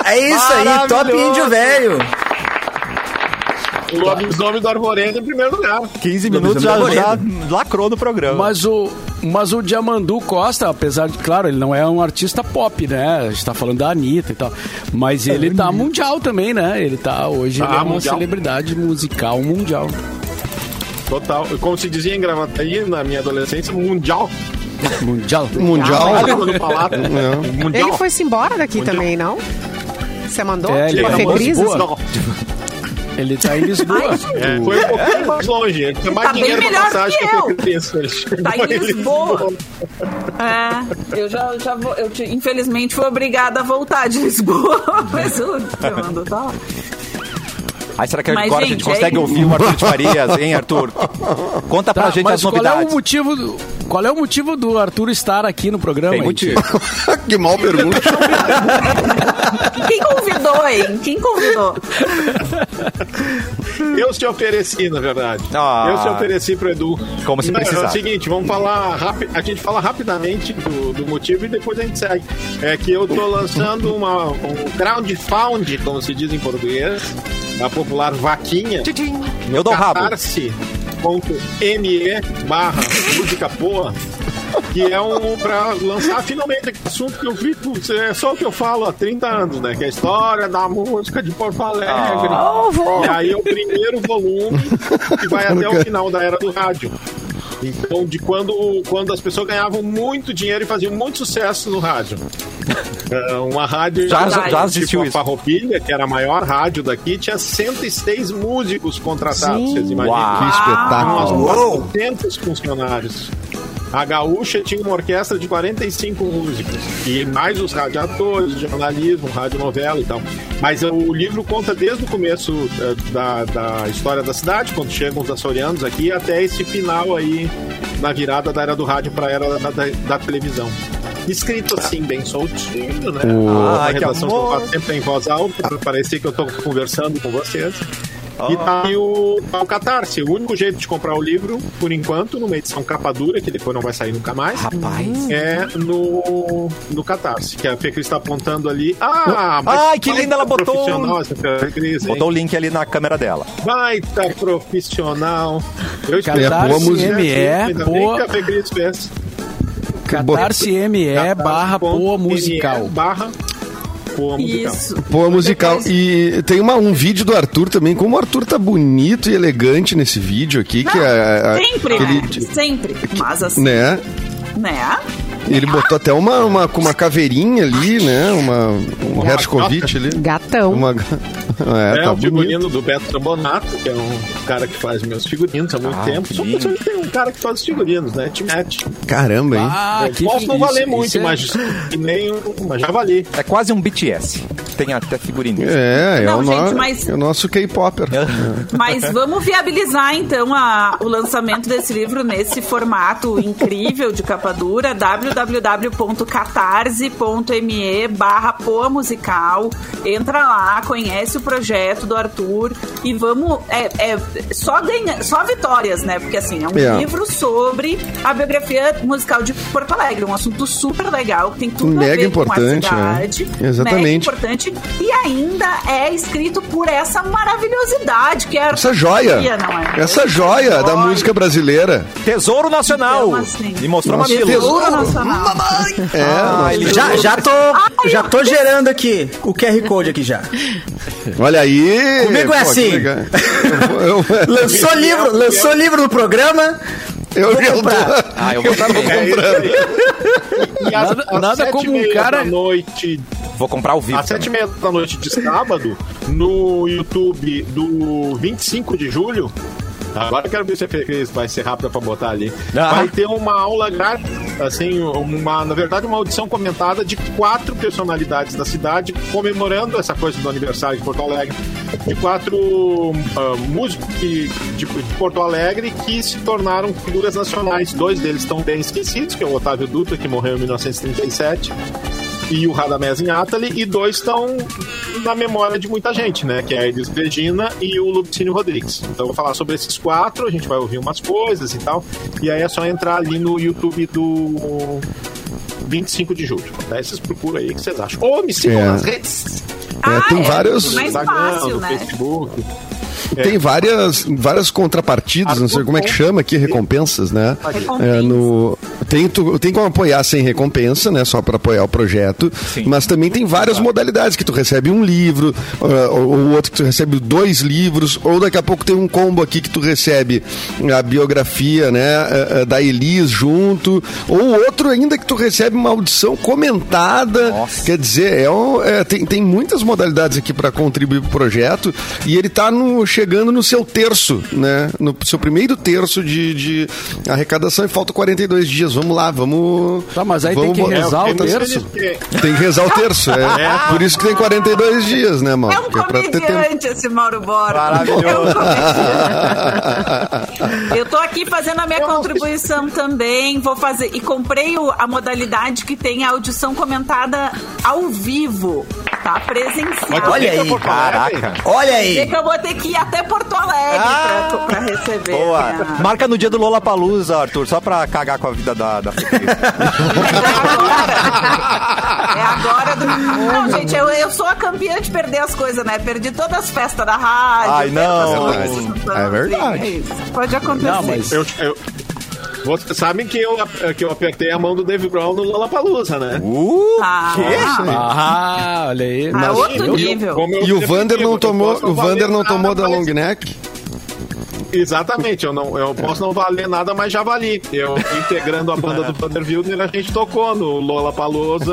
C: É isso aí, top
A: Maravilhoso.
C: índio velho.
H: O lobisomem do Arvoredo em primeiro lugar.
A: 15 minutos já,
C: Lobisomem do
A: já lacrou no programa.
F: Mas o, mas o Diamandu Costa, apesar de, claro, ele não é um artista pop, né? A gente tá falando da Anitta e tal. Mas ele tá mundial também, né? Ele tá hoje
H: Tá
A: Ah,
F: ele é uma
H: mundial.
F: celebridade
A: [laughs]
F: musical mundial.
H: Total. Como se dizia em Gravataí, na minha adolescência, mundial.
F: Mundial.
E: Mundial.
H: Língua do palato. né? Mundial.
B: Ele foi-se embora daqui
H: Mundial.
B: também, não? Você mandou?
F: É, ele
B: tipo,
F: era
B: a
F: moço
B: Febrizes?
F: boa.
H: Não,
F: Ele tá em
A: [laughs]
F: Lisboa.
H: é, foi um pouquinho mais longe. Ele tinha mais
D: Tá bem
H: dinheiro pra
D: melhor
H: passagem
D: que
H: que
D: eu.
H: eu penso. Ele chegou
D: Tá em
H: em
D: Lisboa. É, eu já, já vou, eu te- infelizmente fui obrigada a voltar de Lisboa, [laughs] mas o Diamando tá lá.
A: Ai, será que
D: Mas,
A: agora a gente
D: gente,
A: consegue
D: é-
A: ouvir o Arthur de Farias, hein, Arthur? Conta pra
F: Tá,
A: gente as
F: mas qual é
A: novidades.
F: o motivo? do- Qual é o motivo do Arthur estar aqui no programa?
A: Tem
F: gente?
A: motivo.
E: Ah, que mal pergunta.
D: Quem convidou, hein? Quem convidou?
H: [laughs] Eu se ofereci, na verdade.
A: Ah.
H: Eu se ofereci pro Edu.
A: Como se
H: Não, É o
A: precisasse.
H: seguinte, vamos falar rápido. A gente fala rapidamente do, do motivo e depois a gente segue. É que eu tô lançando uma, um crowdfund, como se diz em português, a popular vaquinha.
A: Eu dou rabo.
H: catarse.me barra música porra que é um pra lançar finalmente aquele assunto que eu fico, é só o que eu falo há 30 anos, né? Que é a história da música de Porto Alegre. E aí é o primeiro volume que vai até o final da era do rádio. Então, de quando, quando as pessoas ganhavam muito dinheiro e faziam muito sucesso no rádio. É, Uma rádio
A: Já-
D: já- já
A: existiu
H: tipo a
A: isso.
H: Farroupilha, que era a maior rádio daqui, tinha 106 músicos contratados, vocês imaginam?
A: Uau.
E: Que espetáculo.
C: Uou.
H: 400 funcionários. A Gaúcha tinha uma orquestra de 45 músicos. E mais os radioatores, jornalismo, radionovela e tal. Mas eh, o livro conta desde o começo eh, da, da história da cidade, quando chegam os açorianos aqui, até esse final aí, na virada da era do rádio para a era da, da- da televisão. Escrito assim, bem soltinho, né? A
A: Ai, que
H: redação
A: amor.
H: colocada sempre em voz alta, para parecer que eu estou conversando com vocês. E tá aí o, tá o Catarse. O único jeito de comprar o livro, por enquanto, numa edição capa dura, que depois não vai sair nunca mais,
A: Rapaz.
H: é no, no Catarse, que a Fê Cris tá apontando ali. Ah, mas
A: Ai, que
H: baita
A: linda, ela botou um-
H: profissional essa Fê Cris, hein?
A: Botou um- o link ali na câmera dela.
H: Baita profissional. Eu
E: É boa música.
H: assim, Ainda bem
F: boa.
H: que a Fê Cris fez.
A: [laughs]
F: Catarse.me
A: É
F: barra boa
H: Catarse.me
F: musical.
H: Barra Poa musical.
D: Isso.
E: Pô, musical. E tem uma, um vídeo do Arthur também. Como o Arthur tá bonito e elegante nesse vídeo aqui, que é. a-
D: Sempre,
E: que
D: né?
E: ele,
D: Sempre. Mas assim, né?
E: né? Ele botou até uma, uma, com uma caveirinha ali, né? Uma, um
H: Uma
E: Hershkovitch ali.
D: Então.
B: Gatão.
E: Uma... [laughs] É,
H: É,
C: um
E: tá
H: o
C: tipo
E: bonito.
H: figurino do Beto Trabonato, que é um cara que faz meus figurinos há
E: Ah,
H: muito tempo. Sou
A: lindo.
H: pessoa que tem um cara que faz os figurinos, né? Te mete.
E: Caramba, hein?
F: Ah,
H: eu posso não
F: isso-
H: valer
F: isso
H: muito,
F: é-
H: mas que nem um- mas já vali.
A: É quase um BTS. Tem até figurinha.
E: É, é,
D: Não,
E: o,
D: gente,
E: no-
D: mas-
E: é o nosso K-Popper.
C: É.
E: É.
D: Mas vamos viabilizar então a- o lançamento desse livro nesse formato incrível de capa dura, www.catarse.me barra Poa Musical. Entra lá, conhece o projeto do Arthur e vamos... É, é só, ganha, só vitórias, né? Porque, assim, é um
E: Yeah.
D: livro sobre a biografia musical de Porto Alegre. Um assunto super legal, que tem tudo a
E: Mega
D: ver
E: importante,
D: com
E: né?
D: a cidade. Mega
E: Exatamente.
D: importante. E ainda é escrito por essa maravilhosidade que é a
E: Essa joia.
D: Ia, não é?
E: Essa joia da música brasileira.
A: Tesouro Nacional.
D: Então, assim.
A: E mostrou uma
E: Nossa,
A: fila.
E: tesouro.
D: Tesouro Nacional.
E: É,
A: Ah, ele já...
C: Já, já tô, já tô gerando aqui o QR Code aqui já.
E: olha aí.
C: Comigo é
E: que
C: assim.
E: legal. Eu, vou- eu-
C: Lançou livro, lançou livro no programa.
E: eu,
C: [laughs] Vou
E: já tô-
C: comprar.
A: Ah, eu vou,
H: E às-
F: Nada-
H: às
F: nada
H: sete
F: como
H: e
F: um
H: meia
F: cara-
H: Da noite
A: vou comprar o vivo.
H: Às sete e meia da noite de sábado, no YouTube do 25 de julho. Agora eu quero ver se a Cris vai ser rápida pra botar ali.
A: Ah.
H: Vai ter uma aula grátis, assim, uma, na verdade, uma audição comentada de quatro personalidades da cidade, comemorando essa coisa do aniversário de Porto Alegre, de quatro ah, músicos que- de, de Porto Alegre que se tornaram figuras nacionais. Dois deles estão bem esquecidos, que é o Otávio Dutra, que morreu em 1937, e o Radamés em Atali, e dois estão na memória de muita gente, né? Que é a Elis Regina e o Lupicínio Rodrigues. Então eu vou falar sobre esses quatro, a gente vai ouvir umas coisas e tal. E aí é só entrar ali no YouTube do 25 de julho. Daí vocês procuram aí o que vocês acham. Ou me sigam
E: É.
H: nas redes,
D: Ah,
E: tem
D: é
E: vários-
D: Mais fácil,
H: no
D: né?
H: Facebook.
E: Tem várias, várias contrapartidas, não sei como é que chama aqui, recompensas, né?
D: Recompensas.
E: É, no, tem, tu, tem como apoiar sem recompensa, né? Só para apoiar o projeto. Mas também tem várias modalidades que tu recebe um livro, ah, ou ou outro que tu recebe dois livros, ou daqui a pouco tem um combo aqui que tu recebe a biografia, né? ah, ah, Da Elis junto, ou outro ainda que tu recebe uma audição comentada.
A: Nossa.
E: Quer dizer, é um- é, tem, tem muitas modalidades aqui para contribuir pro projeto e ele tá no- chegando no seu terço, né? No seu primeiro terço de, de arrecadação e falta 42 dias. Vamos lá, vamos.
F: Tá, mas aí tem
E: vamos-
F: que rezar o
H: é, eu tenho
F: terço.
H: certeza que-
E: Tem que rezar o terço. É, Por isso que tem 42 dias, né, Mauro?
D: É um
E: Que pra ter tempo.
D: comediante esse Mauro Borba.
A: Maravilhoso.
D: É um comediante. Eu tô aqui fazendo a minha contribuição também. Vou fazer. E comprei o- a modalidade que tem a audição comentada ao vivo. Tá? Presencial.
C: Olha aí,
H: né?
A: Caraca.
C: Olha
D: Vê
C: aí.
D: que eu vou ter que ir até Porto Alegre
A: Ah,
D: pra, pra receber. [laughs]
A: Boa.
D: né?
A: Marca no dia do Lola Palusa, Arthur, só pra cagar com a vida da, da Fecris.
D: É agora do. [laughs] Não, gente, eu, eu sou a campeã de perder as coisas, né? Perdi todas as festas da rádio.
A: Ai, não.
D: perdi as coisas.
E: É verdade. É verdade.
D: É isso. Pode acontecer.
F: Não, mas-
H: Eu, eu, vocês sabem que eu, que eu apertei a mão do Dave Brown no Lollapalooza, né?
A: Uh,
D: Ah.
A: quê?
F: Ah, olha aí.
D: Ah,
F: Mas
D: outro
F: eu-
D: nível.
H: Como eu
E: E o
H: sempre
E: Vander
H: digo,
E: não
H: eu
E: tomou,
H: posso
E: o
H: valer
E: Vander não
H: nada,
E: tomou da
H: mas-
E: long neck?
H: Exatamente, eu, não, eu posso não valer nada, mas já vali. Eu, integrando a banda do Vander Wildner, a gente tocou no Lola Palusa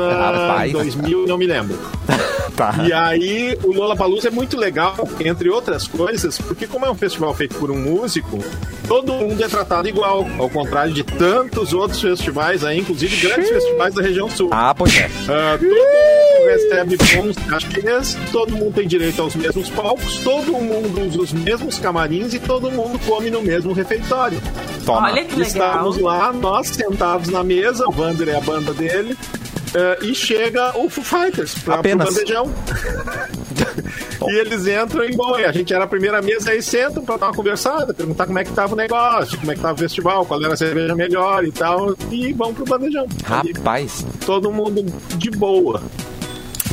A: [laughs] Ah, Rapaz.
H: 2000, não me lembro.
A: [laughs] Tá.
H: E aí, o Lola Palusa é muito legal, entre outras coisas, porque como é um festival feito por um músico, todo mundo é tratado igual, ao contrário de tantos outros festivais aí, inclusive grandes festivais da região sul.
A: Ah, pois é.
H: Ah, todo mundo recebe bons cachês, todo mundo tem direito aos mesmos palcos, todo mundo usa os mesmos camarins e todo mundo come no mesmo refeitório.
A: Toma.
D: Olha que legal.
H: Estamos lá, nós sentados na mesa, o Vander é a banda dele. ah, e chega o Foo Fighters pra,
A: Apenas.
E: [laughs]
H: pro bandejão. e eles entram e bom, e a gente era a primeira mesa aí sentam pra dar uma conversada, perguntar como é que tava o negócio, como é que tava o festival, qual era a cerveja melhor e tal. E vão pro bandejão. E
A: Rapaz.
H: todo mundo de boa.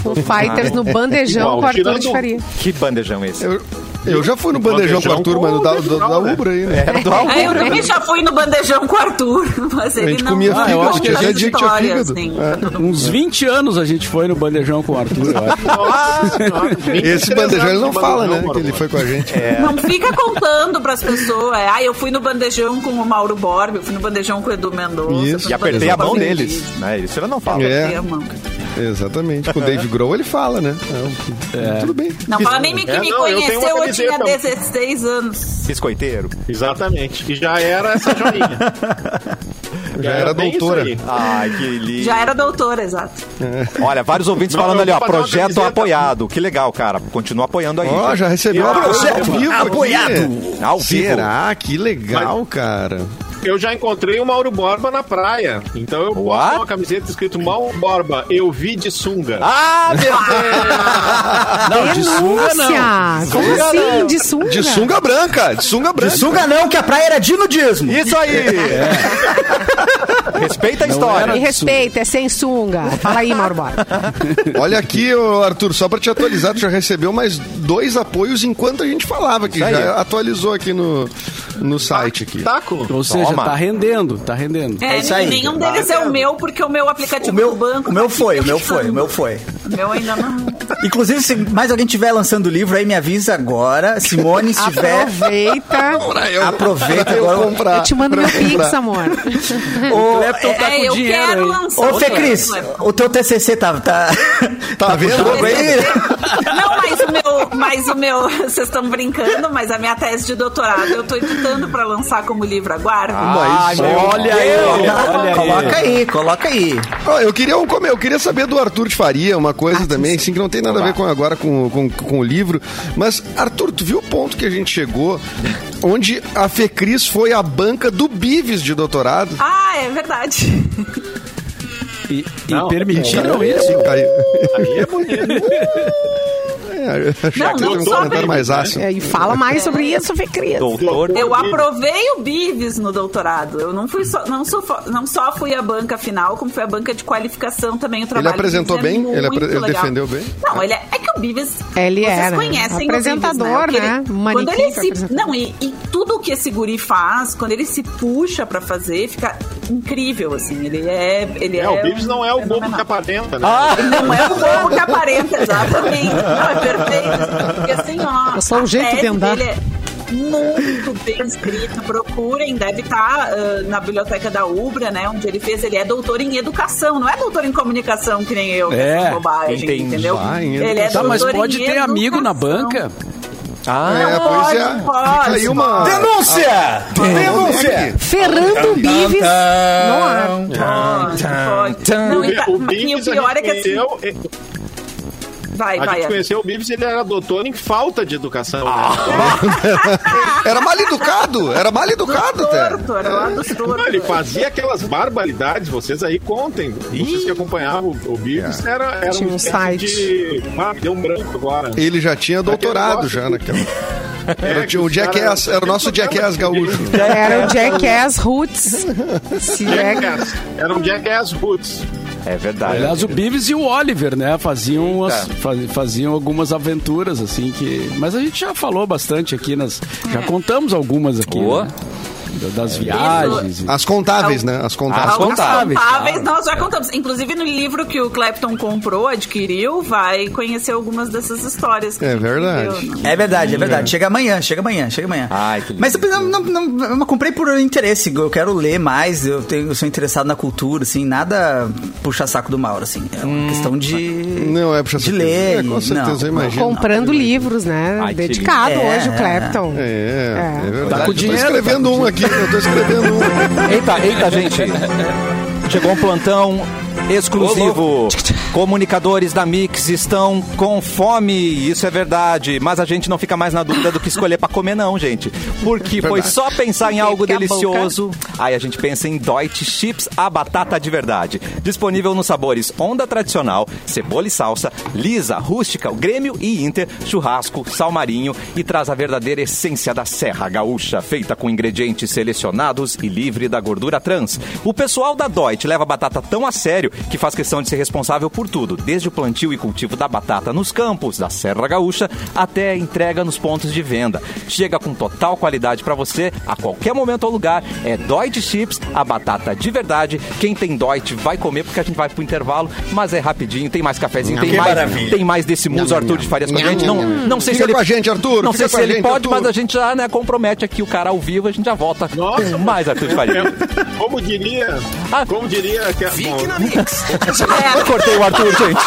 B: O Fighters
E: [laughs]
B: no bandejão
H: Igual,
B: com o Arthur
H: tirando-
B: de Faria.
A: Que bandejão esse?
E: Eu, eu já fui no bandejão com a turma do, da- do- da Ubra aí, né?
A: É do álbum.
D: Ah, eu também já fui no bandejão com o Arthur, [laughs] mas ele
E: gente
D: não
E: comia
D: não
E: fígado,
D: conta
F: acho que a
D: as
E: gente tinha né? É.
D: histórias,
E: fígado.
D: assim.
F: Uns 20 anos a gente foi no bandejão com o Arthur,
A: [laughs]
F: eu acho.
E: [laughs] Esse bandejão eles não falam, né? Que ele
H: foi
E: foi com a gente.
D: Não fica contando pras pessoas. é, Ah, eu fui no bandejão com o Mauro Borba, eu fui no bandejão com o Edu Mendonça.
E: Isso.
D: fui no
E: E
A: Já apertei
D: bandejão
A: a mão
D: com a
A: deles.
D: Benedita.
A: Né? Isso ele não fala.
E: É.
D: Apertei a mão.
E: Exatamente. Com o Dave Grohl ele fala, né? É, Tudo bem.
D: Não fala nem me que
H: É,
D: me
H: não, eu tenho uma
D: conheceu, eu tinha
H: camiseta.
D: 16 anos.
A: Biscoiteiro.
H: Exatamente. E já era essa joinha.
E: [laughs] Já era
H: bem
E: doutora.
H: isso aí.
A: Ai, que lindo.
D: Já era doutora, exato.
A: Olha, vários ouvintes
H: Não,
A: falando
H: eu
A: ali, ó.
H: vou fazer uma
A: Projeto
H: camiseta.
A: apoiado. Que legal, cara. Continua apoiando aí. Tá
E: Ó, é já recebeu
H: Eu-
E: a projeto
H: eu-
E: vivo aqui.
C: Apoiado.
A: Ao vivo.
E: Será? Que legal, cara.
H: Eu já encontrei o Mauro Borba na praia. Então eu
A: What?
H: boto uma camiseta escrito Mauro Borba, eu vi de sunga.
A: Ah, meu Deus!
B: é.
F: Não, de sunga não.
B: Como
A: Sunga
B: assim?
A: não.
B: De sunga?
E: De sunga branca, de sunga
C: De
E: branca.
C: sunga não, que a praia era de nudismo.
A: Isso aí! Respeita a história.
B: Me respeita, é sem sunga. Fala aí, Mauro Borba.
E: Olha aqui, ô, Arthur, só pra te atualizar, tu já recebeu mais dois apoios enquanto a gente falava, que
A: Isso aí.
E: já atualizou aqui no, no site aqui.
H: Taco?
F: Ou seja,
A: Toma.
F: tá rendendo, tá rendendo.
D: É,
C: isso aí.
D: Nenhum deles é o meu, porque o meu
C: Tá. O
D: aplicativo
C: meu,
D: do banco.
C: o meu
D: tá
C: foi, o
D: aqui
C: meu foi, o meu
D: pensando.
C: foi.
D: O meu ainda não.
C: Inclusive, se mais alguém tiver lançando o livro, aí me avisa agora. Simone,
B: Ah,
C: se tiver,
B: Aproveita. [laughs]
E: Pra eu-
C: Aproveita
E: pra eu
C: agora.
E: comprar.
B: Eu te mando
E: pra
B: meu
E: eu comprar.
B: pix, amor.
C: Ô,
F: Clapton tá
D: É,
F: com
D: eu quero
F: dinheiro aí.
D: lançar.
C: Ô, Fê
D: outro
C: Cris,
D: Clepton.
C: o teu TCC tá, tá,
E: Tá
C: com
E: vendo?
C: jogo aí?
D: [laughs] Não, mas o meu, mas o meu, [laughs] vocês estão brincando, mas a minha tese de doutorado eu tô editando pra lançar como livro aguardo.
A: Ai, meu
F: Olha aí,
A: Deus.
F: olha aí.
C: Coloca aí, coloca aí.
E: Ó, eu queria um come- eu queria saber do Arthur de Faria, uma coisa também, assim, que não tem nada a ver com agora com, com, com o livro. Mas, Arthur, tu viu o ponto que a gente chegou? Onde a Fecris foi a banca do Bives de doutorado?
D: Ah, é verdade.
F: E, e
H: Não,
F: permitiram
E: Cara,
F: isso?
E: assim, Aí,
H: Aí é bonito.
E: é, já
D: Não,
E: que
D: não,
E: tem um
D: só
E: comentário
D: bem,
E: mais ácido.
B: É, E fala mais sobre isso, Fê Cris.
A: Doutor.
D: Eu aprovei o Bives no doutorado. Eu não fui só, não sou, fo- não só fui a banca final, como fui a banca de qualificação também o trabalho. do
E: apresentou
D: Bives é
E: bem? Ele
D: muito
E: apre- ele
D: legal.
E: defendeu bem?
D: Não, ele é, é que o Bives
B: Ele
D: vocês
B: era
D: conhecem
B: apresentador,
D: o Bives, né?
B: né?
D: Porque
B: Manequim
D: Quando ele
B: que
D: se,
B: apresentador.
D: não, e, e tudo o que esse guri faz, quando ele se puxa pra fazer, fica incrível assim. Ele é, ele é,
H: É, o Bives não é o bobo
D: fenomenal.
H: que aparenta, né?
D: Não é o bobo que aparenta, exatamente. Não, é perfeito. Porque assim, ó.
B: É só o
D: a
B: jeito
D: tese
B: de andar.
D: dele é muito bem escrita. Procurem, deve estar ah, na biblioteca da Ubra, né? Onde ele fez. Ele é doutor em educação, não é doutor em comunicação, que nem eu, que
F: É,
D: essas bobagens,
A: entendi.
D: entendeu?
E: Ah, em
D: ele é doutor
E: educação.
F: Tá, mas
D: em
F: pode ter amigo na
D: educação.
F: banca?
E: É,
D: Não,
E: pois
D: pode,
E: é.
D: pode,
E: Fica aí uma.
C: Denúncia! Denúncia!
B: Fernando Bives no ar.
D: Pode, pode. Não, e, tá-
H: O
D: e o
H: Bives,
D: pior
H: a
D: é
H: gente
D: que assim.
H: conheceu, é,
D: Vai,
H: a
D: vai. é um
H: gente conheceu o Bives, ele era doutor em falta de educação. né?
E: Era mal educado, era mal educado até.
D: Torto, era lá dos
H: Não,
D: tortos.
H: Então, ele fazia aquelas barbaridades, vocês aí contem. Vocês que acompanhavam o, o Bives, era, era
B: Tinha um
H: espécie
B: site.
H: de... Ah, deu um branco agora.
E: Ele já tinha doutorado já naquela. Era é
H: que
E: o
H: os caras-
E: Jackass, era o nosso Jackass gaúcho.
B: Era o Jackass Roots. Se é...
H: Jackass. Era um Jackass Roots.
A: É verdade.
F: Aliás, o Bives e o Oliver, né? Faziam, as- faz- faziam algumas aventuras, assim, que. Mas a gente já falou bastante aqui, nas,
D: É.
F: já contamos algumas aqui.
A: Boa. É.
F: né? Da- Das viagens. e-
E: As contáveis, né? As contáveis.
A: As
D: Alguns
A: contáveis,
D: contáveis, nós já contamos. Inclusive no livro que o Clapton comprou, adquiriu, vai conhecer algumas dessas histórias. que
E: É
D: a gente
E: verdade.
D: viveu, né?
C: É verdade, é verdade. Chega amanhã, chega amanhã, chega amanhã.
A: Ai, que lindo.
C: Mas eu não, não, não- eu não comprei por interesse, eu quero ler mais, eu, tenho, eu sou interessado na cultura, assim, nada puxa saco do Mauro, assim. É uma questão de.
E: Não, é puxa
C: De
E: certeza.
C: ler.
E: É, com certeza, eu
C: não,
E: imagino.
B: Comprando livros, né?
A: Ai, que
B: Dedicado
C: lindo.
B: hoje,
C: É,
B: o Clapton.
E: É, é, verdade.
F: Tá com
E: eu tô
F: dinheiro,
E: escrevendo um aqui, eu tô escrevendo um.
A: Eita, eita, gente. Chegou um plantão exclusivo. Comunicadores da Mix estão com fome, isso é verdade. Mas a gente não fica mais na dúvida do que escolher pra comer, não, gente. Porque foi só pensar em algo
B: Fica a
A: delicioso. Aí a gente pensa em Deutsche Chips, a batata de verdade. Disponível nos sabores Onda Tradicional, Cebola e Salsa, Lisa, Rústica, o Grêmio e Inter, Churrasco, Salmarinho e traz a verdadeira essência da Serra Gaúcha, feita com ingredientes selecionados e livre da gordura trans. O pessoal da Deutsche leva a batata tão a sério que faz questão de ser responsável por tudo, desde o plantio e cultivo da batata nos campos da Serra Gaúcha até a entrega nos pontos de venda. Chega com total qualidade para você a qualquer momento ou lugar. É Deutsche Chips, a batata de verdade. Quem tem Deutsche vai comer porque a gente vai pro intervalo, mas é rapidinho, tem mais cafezinho, tem mais, tem mais desse muso Arthur de Farias com a
E: Nham,
A: gente. Não,
E: nham, nham.
A: não sei se
E: Fica
A: ele
E: com a gente, Arthur,
A: Não
E: fica
A: sei
E: com
A: se
E: a
A: ele
E: gente,
A: pode,
E: Arthur.
A: mas a gente já, né, compromete aqui o cara ao vivo, a gente já volta
H: Nossa.
A: com mais Arthur de Farias.
E: [laughs]
H: É, Como diria...
A: Ah.
H: Como diria... Que, é- bom,
E: É.
A: Eu cortei o Arthur, gente.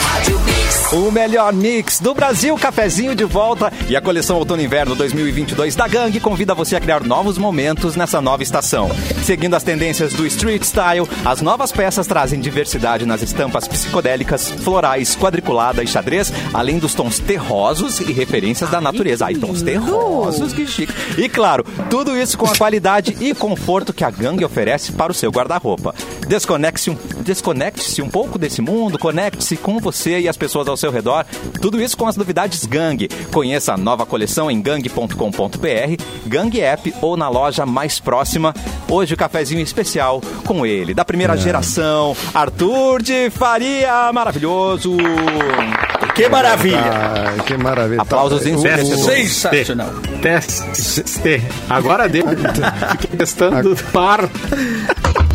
I: Rádio Mix.
A: O melhor mix do Brasil, cafezinho de volta e a coleção Outono e Inverno 2022 da Gang convida você a criar novos momentos nessa nova estação. Seguindo as tendências do street style, as novas peças trazem diversidade nas estampas psicodélicas, florais, quadriculada e xadrez, além dos tons terrosos e referências da natureza. Ai, tons terrosos, que chique. E claro, tudo isso com a qualidade e conforto que a Gang oferece para o seu guarda-roupa. Desconecte-se um, desconecte um pouco desse mundo, conecte-se com você e as pessoas ao seu redor. Tudo isso com as novidades Gang. Conheça a nova coleção em gang.com.br, Gang App ou na loja mais próxima. Hoje o cafezinho especial com ele, da
E: É.
A: primeira geração, Arthur de Faria, maravilhoso.
C: Que maravilha!
E: Ah, que maravilha.
A: Aplausos
E: tá,
A: ensurdecedores.
I: Sensacional.
H: um Teste. Agora deu. Fiquei testando par.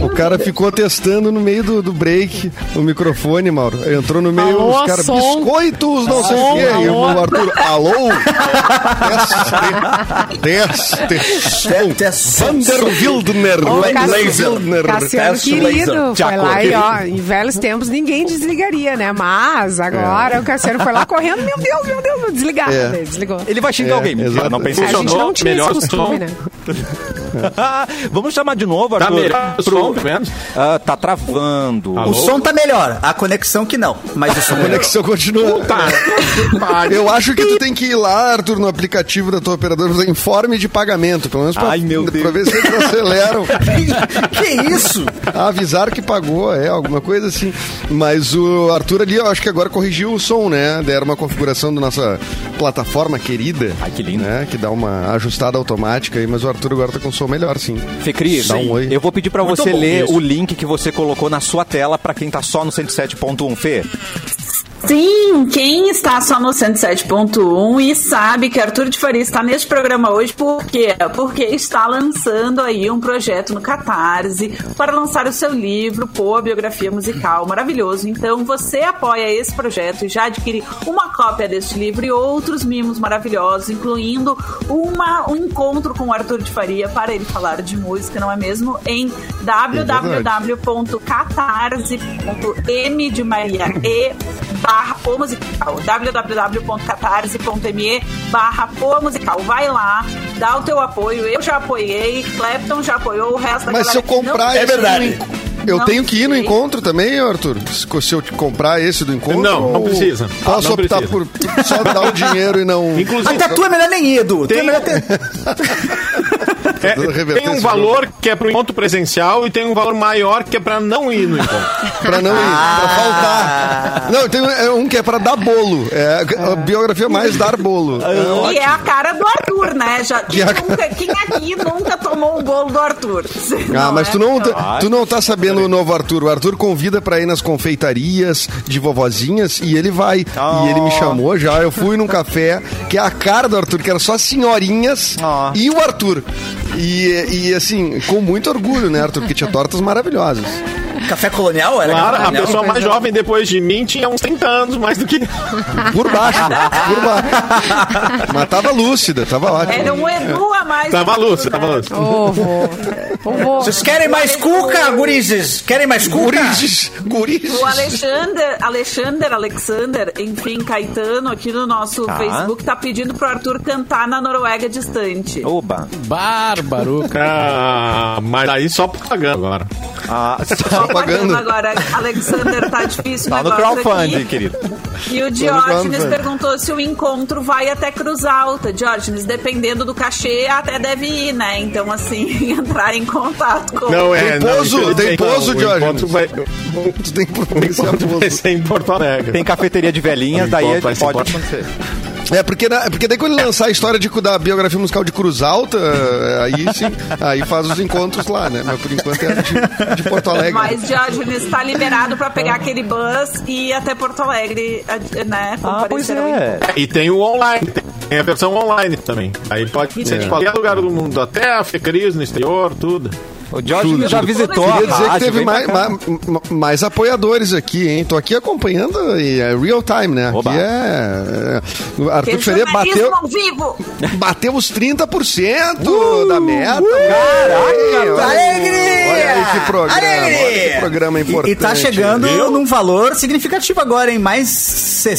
E: o, o cara ficou testando no meio do, do break o microfone, Mauro. Entrou no meio,
B: Alô,
E: os caras,
B: som.
E: biscoitos, não sei o
B: Som,
E: quê. E o
B: alô.
E: Arthur,
B: [laughs]
E: alô? teste. Teste. Vander Wildner.
B: Ô, Cassi-
E: Wildner.
B: Cassiano
I: Teste
B: querido,
I: laser.
B: foi lá
I: Tiago.
B: e ó, em velhos tempos ninguém desligaria, né? Mas agora o Cassiano foi lá correndo, meu Deus, meu Deus, desligado,
E: É.
B: né? desligou.
A: Ele vai xingar
E: É,
A: alguém, mentira,
E: exato.
A: não pensei
E: [laughs]
B: A gente não tinha
H: melhor
B: esse costume,
H: som.
B: né?
A: Vamos chamar de novo,
H: Tá
A: Arthur.
H: melhor o som,
E: um
H: pelo menos.
A: Ah, tá travando.
H: Alô?
A: O
C: O som tá melhor, a conexão que não, mas o som é
E: [laughs] A conexão continua. Eu acho que tu tem que ir lá, Arthur, no aplicativo da tua operadora, fazer informe de pagamento, pelo menos pra,
A: Ai, meu
E: pra ver se eles aceleram.
C: Que isso?
E: a avisar que pagou, é, alguma coisa assim. Mas o Arthur ali, eu acho que agora corrigiu o som, né? Deram uma configuração da nossa plataforma querida.
A: Ai, que lindo.
E: Né? Que dá uma ajustada automática aí, mas o Arthur agora tá com som melhor, sim.
A: Fecri,
E: Dá um oi.
A: eu vou pedir pra
I: Muito
A: você
I: bom
A: ler
I: isso.
A: o link que você colocou na sua tela pra quem tá só no 107.1, Fê.
D: Sim, quem está só no 107.1 e sabe que Arthur de Faria está neste programa hoje, por quê? Porque está lançando aí um projeto no Catarse para lançar o seu livro, pô, biografia musical, maravilhoso. Então você apoia esse projeto e já adquire uma cópia deste livro e outros mimos maravilhosos, incluindo uma, um encontro com o Arthur de Faria para ele falar de música, não é mesmo? Em www www.catarse.m de Maria e barra o musical www.catarse.me barra o musical vai lá, dá o teu apoio eu já apoiei, Clapton já apoiou o resto da
E: Mas
D: galera
E: se eu
D: que não- É
E: comprar esse. É do enco- Eu
D: Não
E: tenho que ir no
D: sei.
E: encontro também, Arthur? Se se eu te comprar esse do encontro?
H: Não, não
E: ou
H: precisa.
E: Posso
H: Não
E: optar
H: precisa.
E: por só dar o dinheiro e
H: [laughs]
E: não.
H: Inclusive,
C: Até tu é melhor nem ir, Edu. Tu é
H: Tem-
C: melhor ter...
H: é,
E: reverter
H: tem um
E: esse
H: valor que é pro encontro presencial e tem um valor maior que é pra não ir no encontro.
E: Pra não ir, pra
D: Ah.
E: faltar. Não, tem um- é um que é pra dar bolo. É a biografia mais dar bolo.
H: Ah,
E: Então,
D: e é a cara do Arthur, né? Já, quem,
E: a-
D: nunca- quem aqui nunca tomou o bolo do Arthur?
E: Ah, mas
D: é?
E: tu não,
D: Então-
E: tu não tá sabendo o novo Arthur. O Arthur convida pra ir nas confeitarias de vovozinhas e ele vai. E ele me chamou já. Eu fui num café que é a cara do Arthur, que era só senhorinhas
A: Ah.
E: e o Arthur. E, e assim, com muito orgulho, né, Arthur? Porque tinha tortas maravilhosas.
C: Café colonial? Era café
H: Claro,
E: Ah,
H: a
C: colonial?
H: pessoa mais jovem depois de mim tinha uns 30 anos mais do que.
E: Por baixo, né? por baixo. Mas tava lúcida, tava ótimo.
D: Era um Edu a mais.
H: Tava luz,
D: né?
H: tava luz.
B: Ô, vô. Ô, vô.
C: Vocês querem mais cuca, gurizes? Querem mais cuca?
E: Gurizes, gurizes.
D: O Alexander, Alexander, Alexander, enfim, Caetano, aqui no nosso
A: Tá.
D: Facebook, tá pedindo pro Arthur cantar na Noruega distante.
A: Oba.
F: Bárbaro, cara.
H: Ah, mas aí só pagando agora.
A: Ah,
E: Tá pagando.
D: Agora, Alexander, tá difícil o
A: tá no
D: negócio
A: crowdfunding, Tá
D: aqui.
A: querido.
D: E o Diógenes perguntou se o encontro vai até Cruz Alta. Diógenes, dependendo do cachê, até deve ir, né? Então, assim, [laughs] entrar em contato com...
A: é.
E: Tem
H: é,
E: pouso, tem
H: infelizmente,
E: pouso,
H: não. O
E: Diógenes.
H: encontro vai- [laughs]
E: Tu tem que
H: O
E: providenciar
H: encontro vai
E: pouso.
H: ser em Porto Alegre.
A: Tem cafeteria de velhinhas,
H: Não
A: daí
H: importa,
A: pode
H: isso importa.
A: acontecer.
E: É, porque, na- porque daí quando ele lançar a história de, da biografia musical de Cruz Alta, eh, aí sim, aí faz os encontros lá, né? Mas por enquanto é de, de Porto Alegre.
D: Mas Diógenes está liberado para pegar aquele bus e ir até Porto Alegre, né?
A: Ah, pois
D: comparecer ao encontro.
A: é.
H: E tem o online, tem a versão online também. Aí pode ser de qualquer lugar do mundo, até a Fecris no exterior, tudo.
A: O Jorge
E: Juro,
A: já
E: juro.
A: visitou a
E: Queria dizer que
A: rádio,
E: teve
A: vem pra
E: mais,
A: cá.
E: ma- ma- mais apoiadores aqui, hein? Tô aqui acompanhando e é real time, né?
A: Oba.
E: Aqui é. é- o Arthur Ferreira
D: jornalismo
E: bateu,
D: ao vivo!
E: bateu os 30% da meta. Caraca!
C: Alegria!
E: Olha aí que programa. Olha que
C: Alegria!
E: programa importante.
C: E, e tá chegando num valor significativo agora, hein? Mais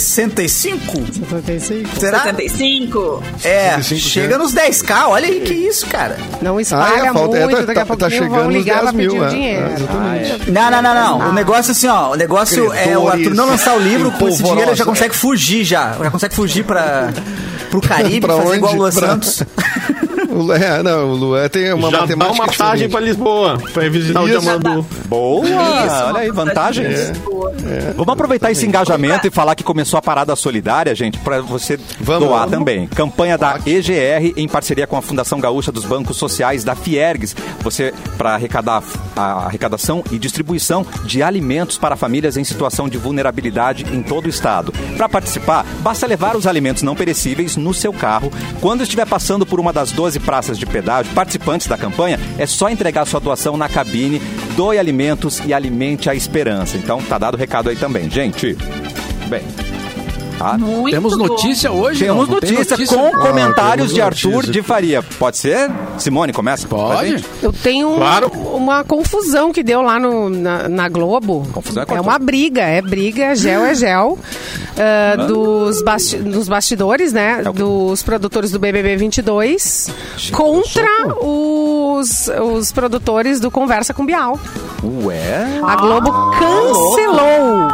C: 65?
B: 75.
E: Tá?
C: Será?
D: 75.
C: É,
E: 65,
C: chega
E: né?
C: nos 10k. Olha aí que isso, cara.
B: Não espalha
E: Ah, é, falta- é,
B: muito,
E: tá-
B: daqui a
E: tá- tá
B: pouquinho vão
E: chegando nos
B: ligar pra
E: 10 mil,
B: pedir o
E: é,
B: dinheiro.
E: é, exatamente.
C: Não, não, não, não. O negócio é assim, ó. O negócio é o Arthur não lançar o livro, com esse dinheiro ele já
E: Polvorosa.
C: consegue fugir já. Já consegue fugir pra,
E: [laughs]
C: pro Caribe,
E: Pra
C: fazer
E: onde?
C: igual o Luan
E: Pra-
C: Santos.
E: O Lu- é, não, o Luan tem uma
H: Já dá
E: matemática
H: uma passagem pra
E: diferente.
H: Lisboa, pra ir visitar o
E: Isso.
H: Diamandu.
A: Boa!
E: Ah,
A: olha aí, vantagens.
D: É.
E: É.
A: Vamos aproveitar esse engajamento e falar que começou a parada solidária, gente, para você
E: Vamos.
A: doar também. Campanha da EGR em parceria com a Fundação Gaúcha dos Bancos Sociais da Fiergs. Você para arrecadar a arrecadação e distribuição de alimentos para famílias em situação de vulnerabilidade em todo o estado. Para participar, basta levar os alimentos não perecíveis no seu carro. Quando estiver passando por uma das 12 praças de pedágio participantes da campanha, é só entregar sua doação na cabine. Doe alimentos e alimente a esperança. Então, tá dado o recado aí também, gente. Bem,
D: [laughs] Muito
F: Temos
D: bom.
F: notícia hoje?
A: Temos
F: não? Não tem
A: notícia com
E: Ah,
A: comentários
E: temos
A: de Arthur
E: notícia.
A: de Faria. Pode ser? Simone, começa. com a
F: Pode?
A: gente.
B: Eu tenho um- uma confusão que deu lá no, na, na Globo.
A: Confusão é
B: é
A: confusão.
B: uma briga, é briga, gel
A: [laughs]
B: é gel. ah, dos, basti- dos bastidores, né?
A: É o quê?
B: Dos produtores do BBB 22 contra os, os produtores do Conversa com Bial.
A: Ué? Ah,
B: A Globo cancelou.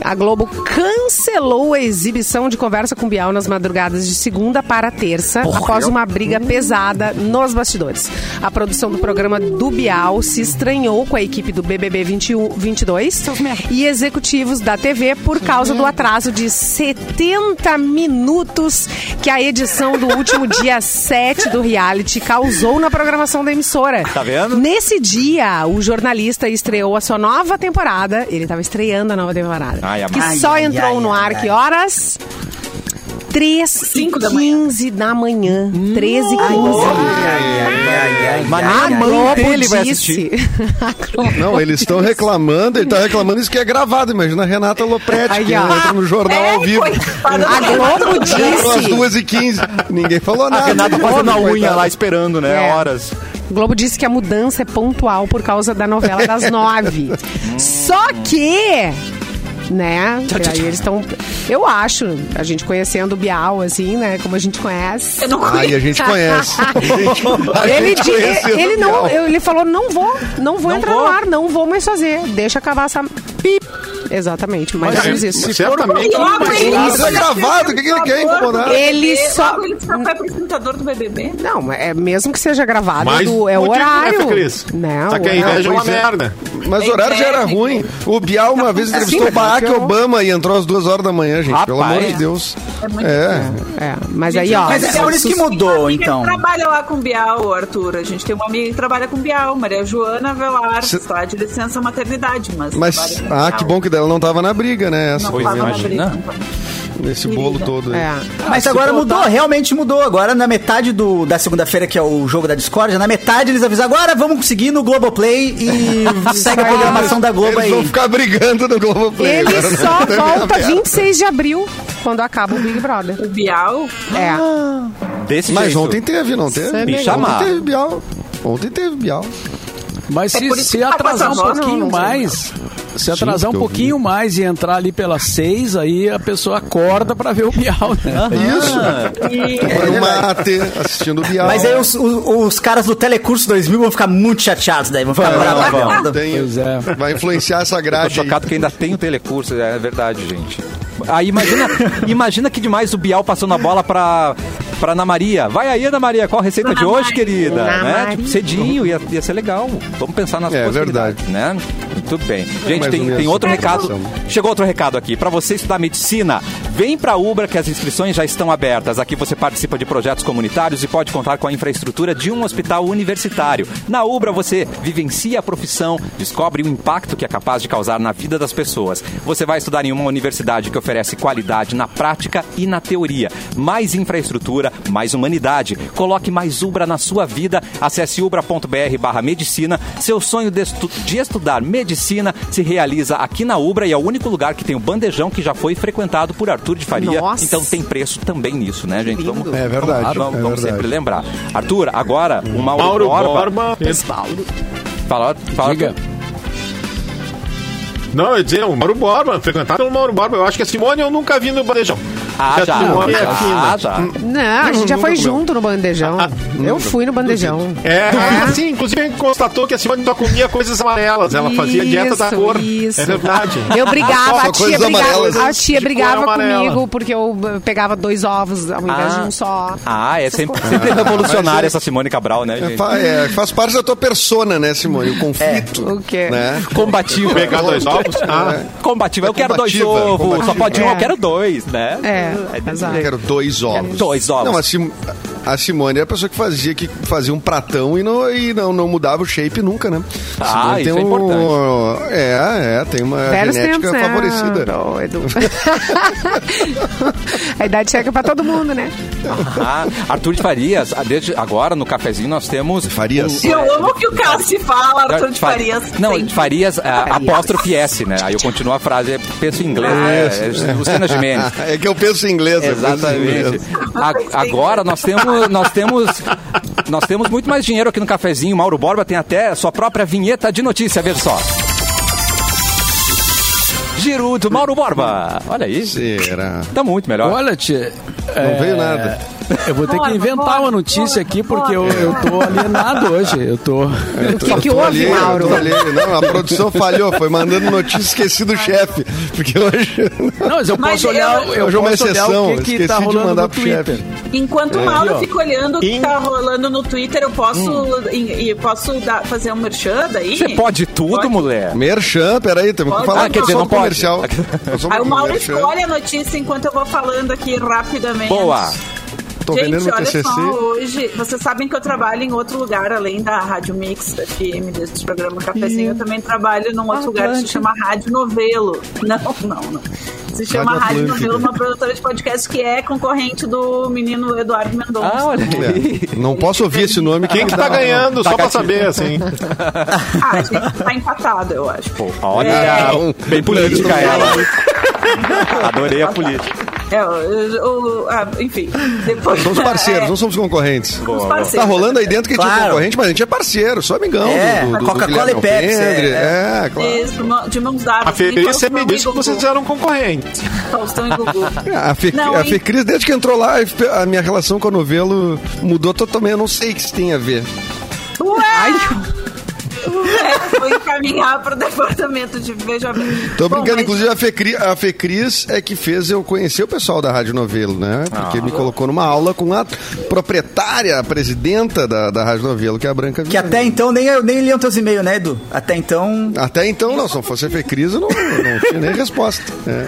B: A Globo cancelou a exibição de Conversa com Bial nas madrugadas de segunda para terça, após uma
A: Hum.
B: briga pesada nos bastidores. A produção do programa do Bial se estranhou com a equipe do BBB 21, 22 e executivos da TV por causa do atraso de 70 minutos que a edição do
A: [laughs]
B: último dia 7 do reality causou na programação da emissora.
A: Tá vendo?
B: Nesse dia, o jornalista estreou a sua nova temporada. Ele estava estreando a nova temporada.
A: Ai, amado.
B: que
A: Ai,
B: só
C: ai,
B: entrou
C: ai,
B: no
C: ai,
B: ar
C: ai.
B: que horas? 3
D: Cinco
B: e
D: da manhã.
B: 15 da manhã. 13 e 15.
A: Mas
B: a
A: nem a
B: Globo
A: mãe dele vai
B: disse.
A: assistir.
B: [laughs] a Globo
E: Não, eles estão reclamando, ele tá reclamando isso que é gravado. Imagina a Renata Lopretti,
B: Aí,
E: que
B: ó. É,
E: entra no jornal ao vivo.
D: É, coitada
B: A
D: da
B: Globo
E: Entrou às
B: disse.
E: 2h15. Ninguém falou nada.
A: A Renata fazendo a unha
E: Coitada.
A: lá esperando, né?
B: É.
A: Horas.
B: O Globo disse que a mudança é pontual por causa da novela
A: [laughs]
B: das nove. Só que. Né? Aí eles estão. Eu acho, a gente conhecendo o Bial, assim, né? Como a gente conhece.
D: Eu não
E: Ai, a
D: conheço.
B: [laughs]
E: gente conhece. A gente- a
B: Ele,
E: gente
B: di- é,
E: conhece
B: ele,
E: o
B: não,
E: Bial.
B: ele falou: não vou, não vou entrar no ar, não vou mais fazer. Deixa acabar essa. Pip. Exatamente, mais ou menos isso.
H: Certamente
D: Logo
H: não vai
D: ele
H: dar.
E: Isso é gravado, o que que ele quer incomodar?
B: Ele
D: Logo
B: só-
D: Ele só foi tá apresentador do BBB.
B: Não, é mesmo que seja gravado,
H: Mais
B: do- é o
H: motivo,
B: horário.
H: né, Cris?
B: Não,
H: Só que a
B: horário.
H: inveja é uma
E: Pois é.
H: merda.
E: Mas o horário já era ruim. O Bial uma vez entrevistou
B: Sim,
E: o Barack
B: porque eu-
E: Obama e entrou às duas horas da manhã, gente. Pelo
A: Rapaz.
E: amor de Deus.
D: É muito
E: É.
B: É, mas aí, ó.
C: Mas é por isso que mudou,
D: amiga
C: então.
D: que trabalha lá com Bial, Arthur. A gente tem uma amiga que trabalha com Bial, Maria Joana Velar,
E: Se-
D: está de licença maternidade, mas.
E: Mas,
D: trabalha com
E: ah,
D: Bial.
E: que bom que dela não tava na briga, né? Essa,
D: Não
A: Pois
D: tava na
A: imagina.
D: briga.
E: nesse bolo todo. aí.
B: É.
A: Ah,
C: Mas agora mudou, realmente mudou. Agora, na metade do, da segunda-feira, que é o jogo da Discord, na metade eles avisam, agora vamos seguir no
A: [laughs]
C: Globoplay e segue a programação da Globo
E: Eles vão
C: aí.
E: ficar brigando no Globoplay.
B: Ele
E: agora, né?
B: só
E: Tá
B: volta
E: aberto.
B: 26 de abril, quando acaba o Big Brother.
D: O Bial.
B: É.
A: Desse
E: Mas
A: jeito.
E: ontem teve, não teve?
B: Me
E: Ontem
A: chamaram.
E: teve Bial. Ontem teve Bial.
F: Mas
D: É
F: se,
D: por isso
F: se
D: que tá
F: atrasar um
D: passando agora,
F: pouquinho
D: não, não sei.
F: mais, se atrasar
E: que eu
F: um pouquinho mais e entrar ali pelas seis, aí a pessoa acorda pra ver o [laughs] Bial, né?
E: É Isso. Foi um mate assistindo Bial. Tá
C: Mas aí os, os- os caras do Telecurso 2000 vão ficar muito chateados daí, vão ficar bravos.
E: Não, não
C: Não,
E: tem-
F: Pois é.
E: Vai influenciar essa
A: Tô
E: grade. aí.
A: chocado que ainda tem o telecurso, é verdade, gente. Aí imagina, imagina que demais o Bial passando a bola pra, pra Ana Maria. Vai aí, Ana Maria, qual a receita de hoje, querida?
B: Ana
A: Né?
B: Maria.
A: Tipo, cedinho, ia, ia ser legal. Vamos pensar nas
E: É,
A: possibilidades, né? Muito bem. Gente,
E: mais ou
A: tem,
E: menos assim
A: tem outro
E: essa
A: recado.
E: situação.
A: Chegou outro recado aqui. Pra você estudar medicina, Vem para Ubra que as inscrições já estão abertas. Aqui você participa de projetos comunitários e pode contar com a infraestrutura de um hospital universitário. Na Ubra você vivencia a profissão, descobre o impacto que é capaz de causar na vida das pessoas. Você vai estudar em uma universidade que oferece qualidade na prática e na teoria. Mais infraestrutura, mais humanidade. Coloque mais Ubra na sua vida. Acesse ubra.br/medicina. Seu sonho de, estu- de estudar medicina se realiza aqui na Ubra e é o único lugar que tem o bandejão que já foi frequentado por Arthur de Faria.
B: Nossa.
A: Então tem preço também nisso, né, gente? Vamos,
E: É verdade,
A: Vamos,
E: é
A: vamos
E: verdade.
A: sempre lembrar. Arthur, agora o Mauro,
H: Mauro
A: Borba.
H: Borba.
B: É.
A: Fala, fala,
F: Diga.
H: Não, eu ia dizer, o Mauro Borba, frequentado pelo Mauro Borba. Eu acho que a Simone eu nunca vi no bandejão.
A: Ah,
H: Que a
A: já.
H: Simone é fina.
A: Ah, já.
B: Não, Ah, a gente já foi junto no bandejão. Eu fui no bandejão. Ah,
H: É, assim, inclusive a gente constatou que a Simone só comia coisas amarelas. Ela fazia dieta da
B: Isso,
H: cor.
B: isso.
H: É verdade.
B: Eu brigava,
E: Só
B: a tia
E: coisas amarelas,
B: brigava, a
E: hein?
B: tia
H: De
A: Tipo
H: cor
B: brigava
H: amarela.
B: comigo porque eu eh, pegava dois ovos ao invés de
A: Ah.
B: um só.
A: Ah, é sempre,
B: coisas.
A: sempre revolucionária essa Simone Cabral, né,
E: É,
A: gente?
E: fa- é, faz parte da tua persona, né, Simone? O conflito.
B: o quê?
E: Né? É.
A: Combativa.
H: Pegar dois ovos. Ah,
A: Combativa. Eu quero dois
E: Combativa,
A: ovos. Só
E: combativa.
A: pode um,
B: É.
A: eu quero dois, né?
B: É,
A: desse
B: exato.
A: jeito.
E: Quero dois ovos.
A: dois ovos.
E: Não, tá a, Sim- a Simone era a pessoa que fazia, que fazia um pratão e não, e não, não mudava o shape nunca, né?
A: Ah,
E: Simone
A: isso é importante.
E: É, é, tem uma
B: Velhos
E: genética
B: tempos,
F: é.
B: né?
E: favorecida.
B: Doido. [laughs] a idade chega pra todo mundo, né?
A: Ah, Arthur de Farias, ah, desde agora no cafezinho nós temos.
E: Farias.
A: o-
D: Eu amo que o cara se fala, Arthur de
A: Fa-
D: Farias.
A: Não,
D: sempre.
A: de Farias, ah, apóstrofe S, né? Aí eu continuo a frase, é, penso em inglês, né? É, Luciana Gimenez.
E: [laughs] É que eu penso em inglês. eu penso em
A: Exatamente.
E: inglês.
A: A- agora nós temos, nós temos, nós temos muito mais dinheiro aqui no cafezinho. Mauro Borba tem até sua própria vinheta de notícia, veja só. Giro do Mauro Borba. Olha aí.
E: Será?
A: Tá muito melhor.
F: Olha, tia.
E: Não
F: É.
E: veio nada.
F: Eu vou ter
D: Bora,
F: que inventar
D: bora,
F: uma notícia
D: bora,
F: aqui, porque eu,
D: bora.
F: eu tô alienado hoje. Eu tô.
B: O
F: é
B: que que
E: É, Eu tô
B: houve,
E: ali, eu
B: Mauro?
E: tô ali. Não, a produção falhou, foi mandando notícia e esqueci do chefe. Porque hoje.
F: Não, mas eu posso
D: Mas eu-
F: olhar. Eu
E: [laughs] Hoje é uma
F: posso olhar
E: exceção,
F: o que, que
E: esqueci
F: tá
E: de
F: rolando
E: mandar
F: no
E: pro
F: Twitter.
E: chefe.
D: Enquanto o
F: Aqui,
D: Mauro
F: ó.
D: fica olhando o que
H: Em-
D: tá rolando no Twitter, eu posso, e, e posso dar- fazer um merchan daí?
A: Você pode tudo,
D: Pode.
A: mulher.
E: Merchan, peraí, temos que
D: Pode.
E: falar
D: Ah, quer
A: dizer,
E: só
A: não
E: do
A: pode.
E: comercial. Só um
D: Aí o
E: pouquinho,
D: Mauro
E: merchan.
D: escolhe a notícia enquanto eu vou falando aqui rapidamente.
A: Boa.
E: Tô vendendo
D: Gente,
E: meu
D: olha
E: TCC.
D: só, hoje, vocês sabem que eu trabalho em outro lugar, além da Rádio Mix da FM, desse programa Cafezinho, eu também trabalho num outro lugar que se chama Rádio Novelo. Não, não, não. Se chama
E: Rádio
D: Rádio,
E: Atlântica.
D: Novelo, uma produtora de podcast que é concorrente do menino Eduardo Mendonça.
A: Ah, olha aí.
E: É, não posso ouvir esse nome.
H: quem que tá ganhando?
A: Tá
H: Só pra
A: gatinho.
H: saber, assim.
D: Ah, a gente tá empatado, eu acho.
A: Olha,
D: É.
E: um
A: bem política
E: [laughs]
A: ela. Adorei a política.
D: É, o- o- ah, enfim, depois...
E: Somos parceiros,
D: É,
E: não somos concorrentes.
D: somos
E: Tá
D: parceiros. né?
E: rolando aí dentro que a gente é
C: Claro.
E: concorrente, mas a gente é parceiro, sou amigão.
C: É,
E: do, do, do
C: Coca-Cola
E: Guilherme
C: e Pepsi,
E: Alpendre.
C: é.
E: É, claro.
D: Isso, de mãos dadas.
H: A Felícia me
D: Então,
H: disse que
D: Google,
H: vocês eram concorrentes.
D: Faustão e
E: [laughs]
D: Gugu.
E: A, Fe,
D: Não,
E: a
D: hein?
E: Fecris, desde que entrou lá, a minha relação com a novelo mudou totalmente. Eu não sei o que isso tem a ver.
D: Ué! Ué, Vou encaminhar pro [laughs] departamento de Veja Bem.
E: Tô
D: Bom,
E: brincando,
D: mas-
E: inclusive a Fecris, a Fecris é que fez eu conhecer o pessoal da Rádio Novelo, né? Porque
D: Ah.
E: me colocou numa aula com a proprietária, a presidenta da, da Rádio Novelo, que é a Branca
C: Que
E: Viana.
C: até então nem, eu- nem liam teus e-mails, né, Edu? Até então.
E: Até então, não, se não fosse a Fecris, eu não, não tinha nem resposta. É.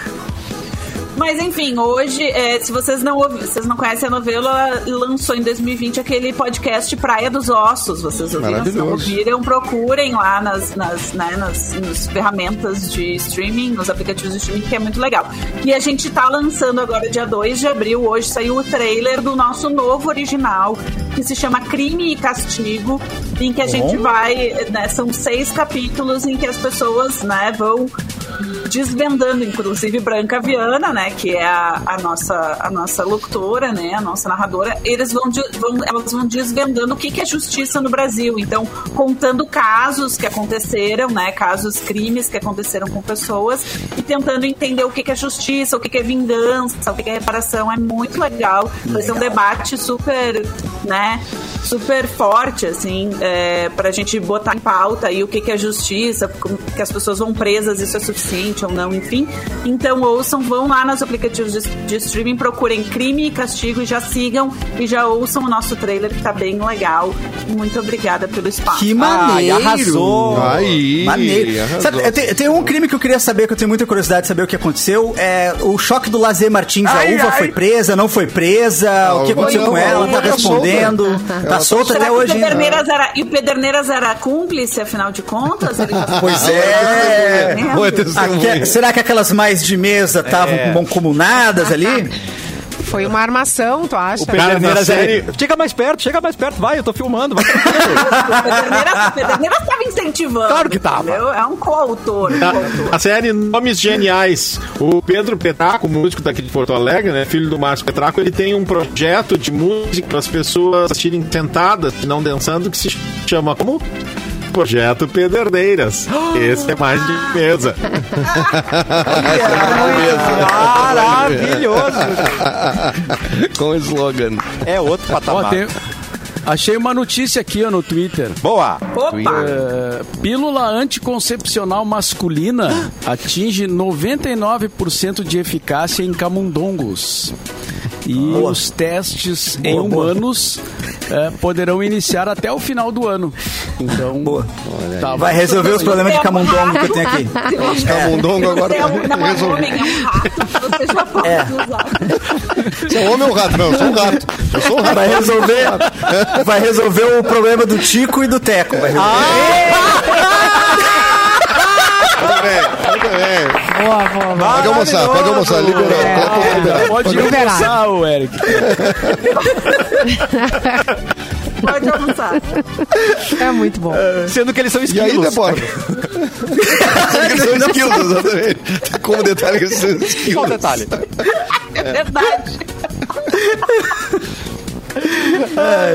D: Mas enfim, hoje, é, se vocês não, ouvi- vocês não conhecem a novela, ela lançou em 2020 aquele podcast Praia dos Ossos. Vocês ouviram? Se não
E: Maravilhoso.
D: ouviram, procurem lá nas, nas, né, nas, nas ferramentas de streaming, nos aplicativos de streaming, que é muito legal. E a gente tá lançando agora, dia 2 de abril, hoje saiu o trailer do nosso novo original, que se chama Crime e Castigo, em que a gente vai, né, são seis capítulos em que as pessoas, né, vão desvendando, inclusive Branca Viana, né, que é a, a nossa a nossa locutora, né, a nossa narradora, eles vão, de- vão elas vão desvendando o que, que é justiça no Brasil. Então, contando casos que aconteceram, né, casos crimes que aconteceram com pessoas e tentando entender o que, que é justiça, o que, que é vingança, o que, que é reparação. É muito legal. Vai ser um debate super, né, super forte, assim, é, pra gente botar em pauta aí o que, que é justiça, como que as pessoas vão presas, isso é su- deficiente ou não, enfim. Então ouçam, vão lá nos aplicativos de, de streaming, procurem Crime e Castigo e já sigam e já ouçam o nosso trailer que tá bem legal. Muito obrigada pelo espaço.
C: Que maneiro.
A: Ai, arrasou.
E: Aí,
C: Maneiro.
E: arrasou.
C: Sabe, eu te- eu tenho um crime que eu queria saber, que eu tenho muita curiosidade de saber o que aconteceu. É o choque do Lazer Martins.
A: Ai,
C: a uva
A: ai.
C: foi presa, não foi presa. o que
E: uva
C: aconteceu
E: não,
C: com
E: a
C: ela?
E: uva
C: Ela tá
E: tá solta.
C: respondendo.
E: Ela
C: Tá
E: tá
C: solta
D: Será
C: até
D: que o
C: hoje. né?
D: Pederneiras era, e o Pederneiras era cúmplice, afinal de contas?
C: [laughs]
D: Ele já-
C: Pois é.
D: Né?
E: Boa testemunha.
C: Aque- será que aquelas mais de mesa estavam
A: É.
C: mancomunadas ali?
B: Foi uma armação, tu acha?
A: O Pederneiras
H: na
A: é-
H: série-
A: Chega mais perto, chega mais perto, vai, eu tô filmando. Vai.
D: O Pederneiras- o Pederneiras estava incentivando.
A: Claro que tava.
D: entendeu? É um coautor.
H: tá? A, a série Nomes Geniais. O Pedro Petraco, músico daqui de Porto Alegre, né, filho do Márcio Petraco, ele tem um projeto de música para as pessoas assistirem sentadas, não dançando, que se chama como? Projeto Pederneiras. Esse é mais de mesa.
E: Ah,
A: Maravilhoso.
E: ah, Com o slogan.
A: É outro
F: Ó,
A: patamar.
F: tem- Achei uma notícia aqui ó, no Twitter.
A: Boa.
E: Ah.
D: Opa!
F: É, pílula anticoncepcional masculina atinge 99% de eficácia em camundongos. E os testes em humanos é, poderão iniciar até o final do ano. Então,
C: Boa.
F: tá,
C: Vai resolver os problemas de camundongo que eu tenho aqui.
E: Camundongo agora. tá
D: É um, não, é um
E: Resolvi.
D: homem, é um rato. Você já pode usar.
E: Sou homem ou rato? Não, eu sou um rato. Eu sou um rato.
C: Vai resolver, vai resolver o problema do Tico e do Teco. Vai resolver.
E: Muito bem.
B: Boa, boa, boa.
E: Pode almoçar, pode almoçar. Liberou. Pode liberar.
F: Tá, Pode
B: Pode liberar.
F: liberar, o Eric.
D: Pode almoçar.
B: É muito bom.
A: Sendo que eles são
E: E aí,
A: esquilos.
E: Débora? Eles são esquilos, exatamente. Como detalhe, eles são esquilos.
A: Qual o um detalhe?
D: É verdade.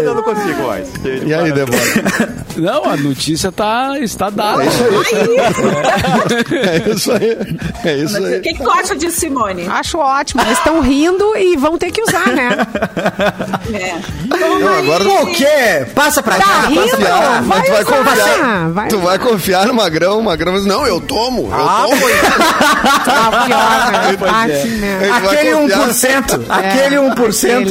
A: Eu não consigo mais.
E: E aí, Débora?
F: Não, a notícia tá, está dada.
E: É isso aí. É isso
D: O
E: aí.
D: que, que tu acha disso, Simone?
B: Acho ótimo. Eles estão rindo e vão ter que usar,
E: [laughs]
B: né?
D: É.
E: Não, agora
C: Ah, O quê? Passa pra cá,
B: Tá
C: passa
B: rindo?
C: pra cá.
E: Ah, mas tu vai
B: usar, né?
E: confiar.
B: vai
E: tu vai confiar no Magrão, o Magrão diz, não, eu tomo, eu tomo.
B: Tá pior, né?
F: Pois
B: Ah,
F: é.
B: que merda.
E: [laughs] Ele vai
C: Aquele
E: confiar.
C: 1%, aquele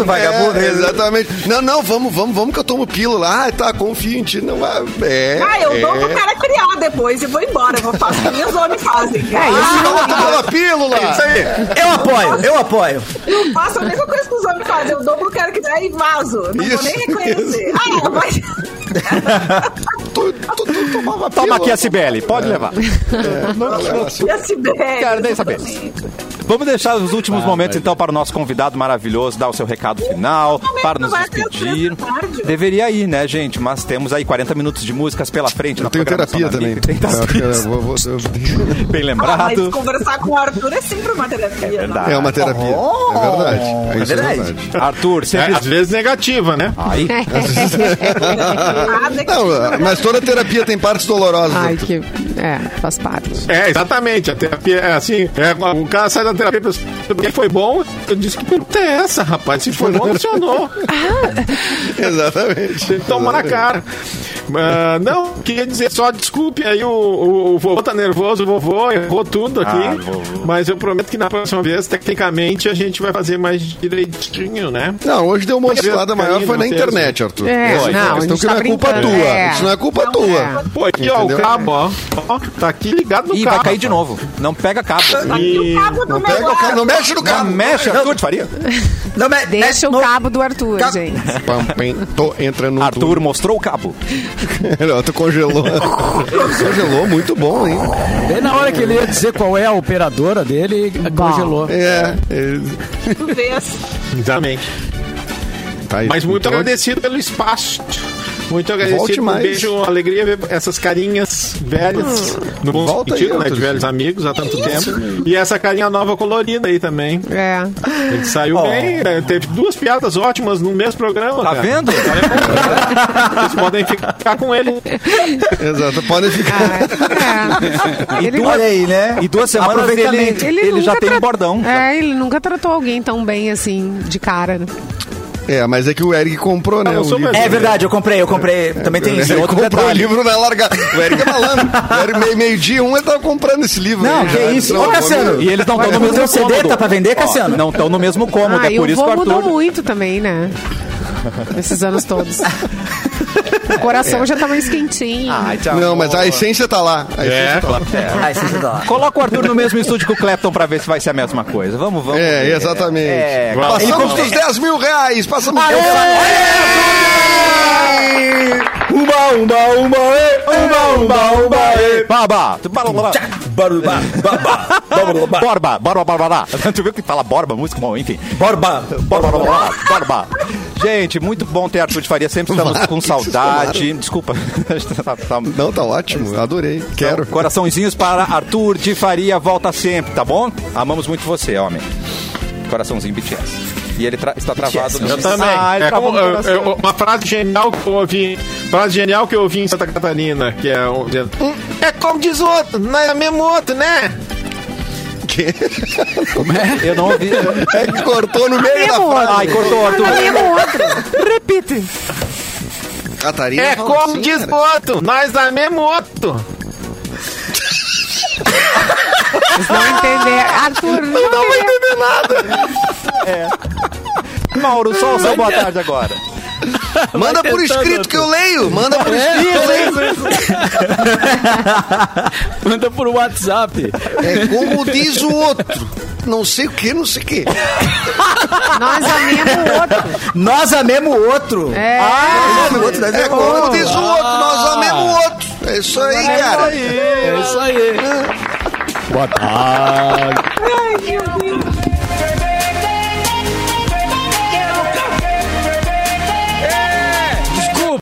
C: 1% vagabundo.
E: É, exatamente. Não, não, vamos, vamos, vamos que eu tomo pílula. Ah, tá, confio em ti. Não vai. É,
D: Ah, eu
E: é.
D: dou pro cara criar depois e vou embora. Eu vou fazer o que os homens fazem. É
E: Ah, ela tomou uma pílula. É, isso aí.
C: Eu apoio, eu apoio.
D: Eu faço a mesma coisa que os homens fazem. Eu dou pro cara que dá e vazo. Não
E: Isso,
D: vou nem reconhecer. Ah, mas... [laughs]
E: Tu, tu, tu tomava
A: Toma
E: pílula.
A: aqui a Cibele, pode levar.
D: E a Sibeli?
A: Quero nem saber. Vamos deixar os últimos
F: Ah,
A: momentos, então, para o nosso convidado maravilhoso dar o seu recado final,
D: momento
A: para nos
D: vai até as
A: despedir.
D: três da tarde.
A: Deveria ir, né, gente? Mas temos aí 40 minutos de músicas pela frente.
E: Eu
A: na
E: tenho
A: programação
E: terapia
A: da
E: também.
A: Mix. Tem terapia,
E: Eu- eu vou- vou- eu-
A: Bem
D: Ah, mas
A: lembrado.
D: conversar com o Arthur é sempre uma terapia.
A: É verdade.
E: É uma terapia. É verdade.
C: é
E: isso
C: verdade.
A: Oh! Arthur,
H: É,
A: sempre...
H: às vezes negativa, né?
A: Aí, é.
D: é? Nada que-
E: É. Não, mas toda terapia tem partes dolorosas.
B: Ai, que. [laughs] É, faz parte.
H: É, exatamente. A terapia é assim. É, o cara sai da terapia e pensa, "Porque foi bom. Eu disse que pergunta é essa, rapaz. Se foi bom,
A: [laughs]
H: funcionou.
E: [laughs] Exatamente.
H: Tem que tomar na cara. Ah, não, queria dizer só desculpe aí, o, o, o vovô tá nervoso, o vovô errou tudo aqui.
A: Ah, vovô.
H: mas eu prometo que na próxima vez, tecnicamente, a gente vai fazer mais direitinho, né?
E: Não, hoje deu uma oscilada
H: Carinho
E: maior, foi na
H: no
E: internet, Arthur.
B: É,
E: Essa
B: não,
E: questão
B: a gente
E: que não
B: tá
E: é culpa
B: brincando.
E: tua.
B: É.
E: Isso não é culpa tua.
H: Pô, aqui, ó, o
E: Entendeu?
H: cabo, ó. Ó, Tá aqui ligado no
A: Ih,
H: cabo.
A: vai cair de novo. Não pega cabo.
D: Aqui o cabo do
E: Não,
D: meu
E: pega o cara,
D: lado.
E: não mexe no
A: Não
E: carro.
A: mexe, Arthur de Faria.
C: Não, mas-
B: Deixa
C: no-
B: o cabo do Arthur, gente.
A: [laughs]
E: Pam, pam, Tô entrando no
A: Arthur mostrou o cabo.
E: túnel. [laughs] tu congelou. congelou, muito bom, hein?
F: Bem na hora que ele ia dizer qual é a operadora dele, congelou.
E: É.
D: Tu vês.
H: Exatamente.
E: é, tá aí.
H: Mas muito
E: Então,
H: agradecido pelo espaço. Muito agradecido. Um
E: mais.
H: beijo, uma alegria ver essas carinhas velhas. No bom
E: Volta aí,
H: sentido, né? De
E: Arthur.
H: velhos amigos há tanto tempo. E essa carinha nova colorida aí também.
B: É.
H: Ele saiu bem, né? teve duas piadas ótimas no mesmo programa.
A: Tá
C: É.
H: cara.
C: [laughs]
A: vendo?
H: [laughs] Vocês podem ficar com ele.
E: Exato, podem ficar.
B: Ah. É. Ele,
C: Olha aí, né?
A: E duas semanas ele,
C: Aproveitamento.
A: ele, já
B: nunca
A: tem um
B: tra-
A: bordão.
B: É, ele nunca tratou alguém tão bem assim, de cara. né?
E: É, mas é que o Eric comprou, né?
H: eu
E: o
H: sou
E: livro. [laughs]
C: É verdade, eu comprei, eu comprei. Também tem
E: Ele
C: esse outro é
E: comprou o
C: detalhe.
E: livro na largada. O Eric é malandro. O Eric, meio- meio-dia, um, ele tava comprando esse livro.
C: Não,
E: aí,
C: que
E: já.
C: isso.
E: Não,
C: Ô,
E: vamos-
C: Cassiano.
A: E eles não estão no
C: Mas
A: mesmo
C: o CD
A: cômodo.
C: tá pra vender,
A: Ó,
C: Cassiano?
A: Não estão no mesmo cômodo,
B: Ah,
A: é
B: e
A: por
B: o
A: isso que o
B: vô mudou
A: Arthur...
B: muito também, né? Nesses anos todos. O coração já tá mais quentinho.
A: É. Ai, tchau.
E: Não, mas a essência tá lá. A essência
H: É,
E: tá lá.
C: Ah, esse CD tá lá.
A: Coloca o Arthur no mesmo estúdio que o Clapton pra ver se vai ser a mesma coisa. Vamos, vamos.
E: É,
A: ver.
E: exatamente.
A: É,
H: Vamos.
A: ele
E: Passamos
A: conquistou-
E: dos 10 mil reais. Passamos dos
C: Aê!
E: 10 mil
A: Uma, uma, uma, ê, uma, uma, uma, ê, babá. Babá,
I: Barubá, babá, babá,
A: Borba, borba, borba, [laughs] lá. Tu viu que fala borba, música, bom, enfim.
I: borba.
A: Borba, borba, borba. Gente, muito bom ter Arthur de Faria. Sempre estamos com
H: [laughs]
A: saudade. Desculpa. [laughs] Tá- tá-
E: Não, tá ótimo. Adorei. Quero.
A: Coraçõezinhos para Arthur de Faria. Volta sempre, tá bom? Amamos muito você, homem. Coraçãozinho BTS. E ele tra- está travado no
H: Eu também.
A: Ah, ele
H: É
A: travou
H: como-
A: no
H: eu-
A: coração.
H: eu- uma frase genial que eu ouvi. Frase genial que eu ouvi em Santa Catarina, que é um- dizendo, "Hum, É como diz o outro, não é mesmo outro, né?
A: Eu não ouvi.
E: É que cortou no meio da
B: Mesmo outro.
E: frase.
A: Ai, cortou, Arthur.
B: Não, mesmo outro. Repite.
E: Catarina.
H: É
E: fala
H: como
E: assim,
H: diz
E: cara.
H: o outro, nós não é mesmo outro.
B: Vocês não entenderam. Arthur, não, entendeu.
A: Mauro, só o seu boa tarde agora.
E: Manda por escrito que eu leio. Manda por escrito.
F: Manda por WhatsApp.
E: É como diz o outro. Não sei o que, não sei o que.
B: Nós é amemos o outro.
C: Nós amemos o outro.
B: É.
C: Nós amemos o outro, nós
E: É
C: amemos o
E: como
C: outro.
E: diz o outro. Nós amemos o outro. É isso aí, cara.
F: É isso aí. Boa tarde.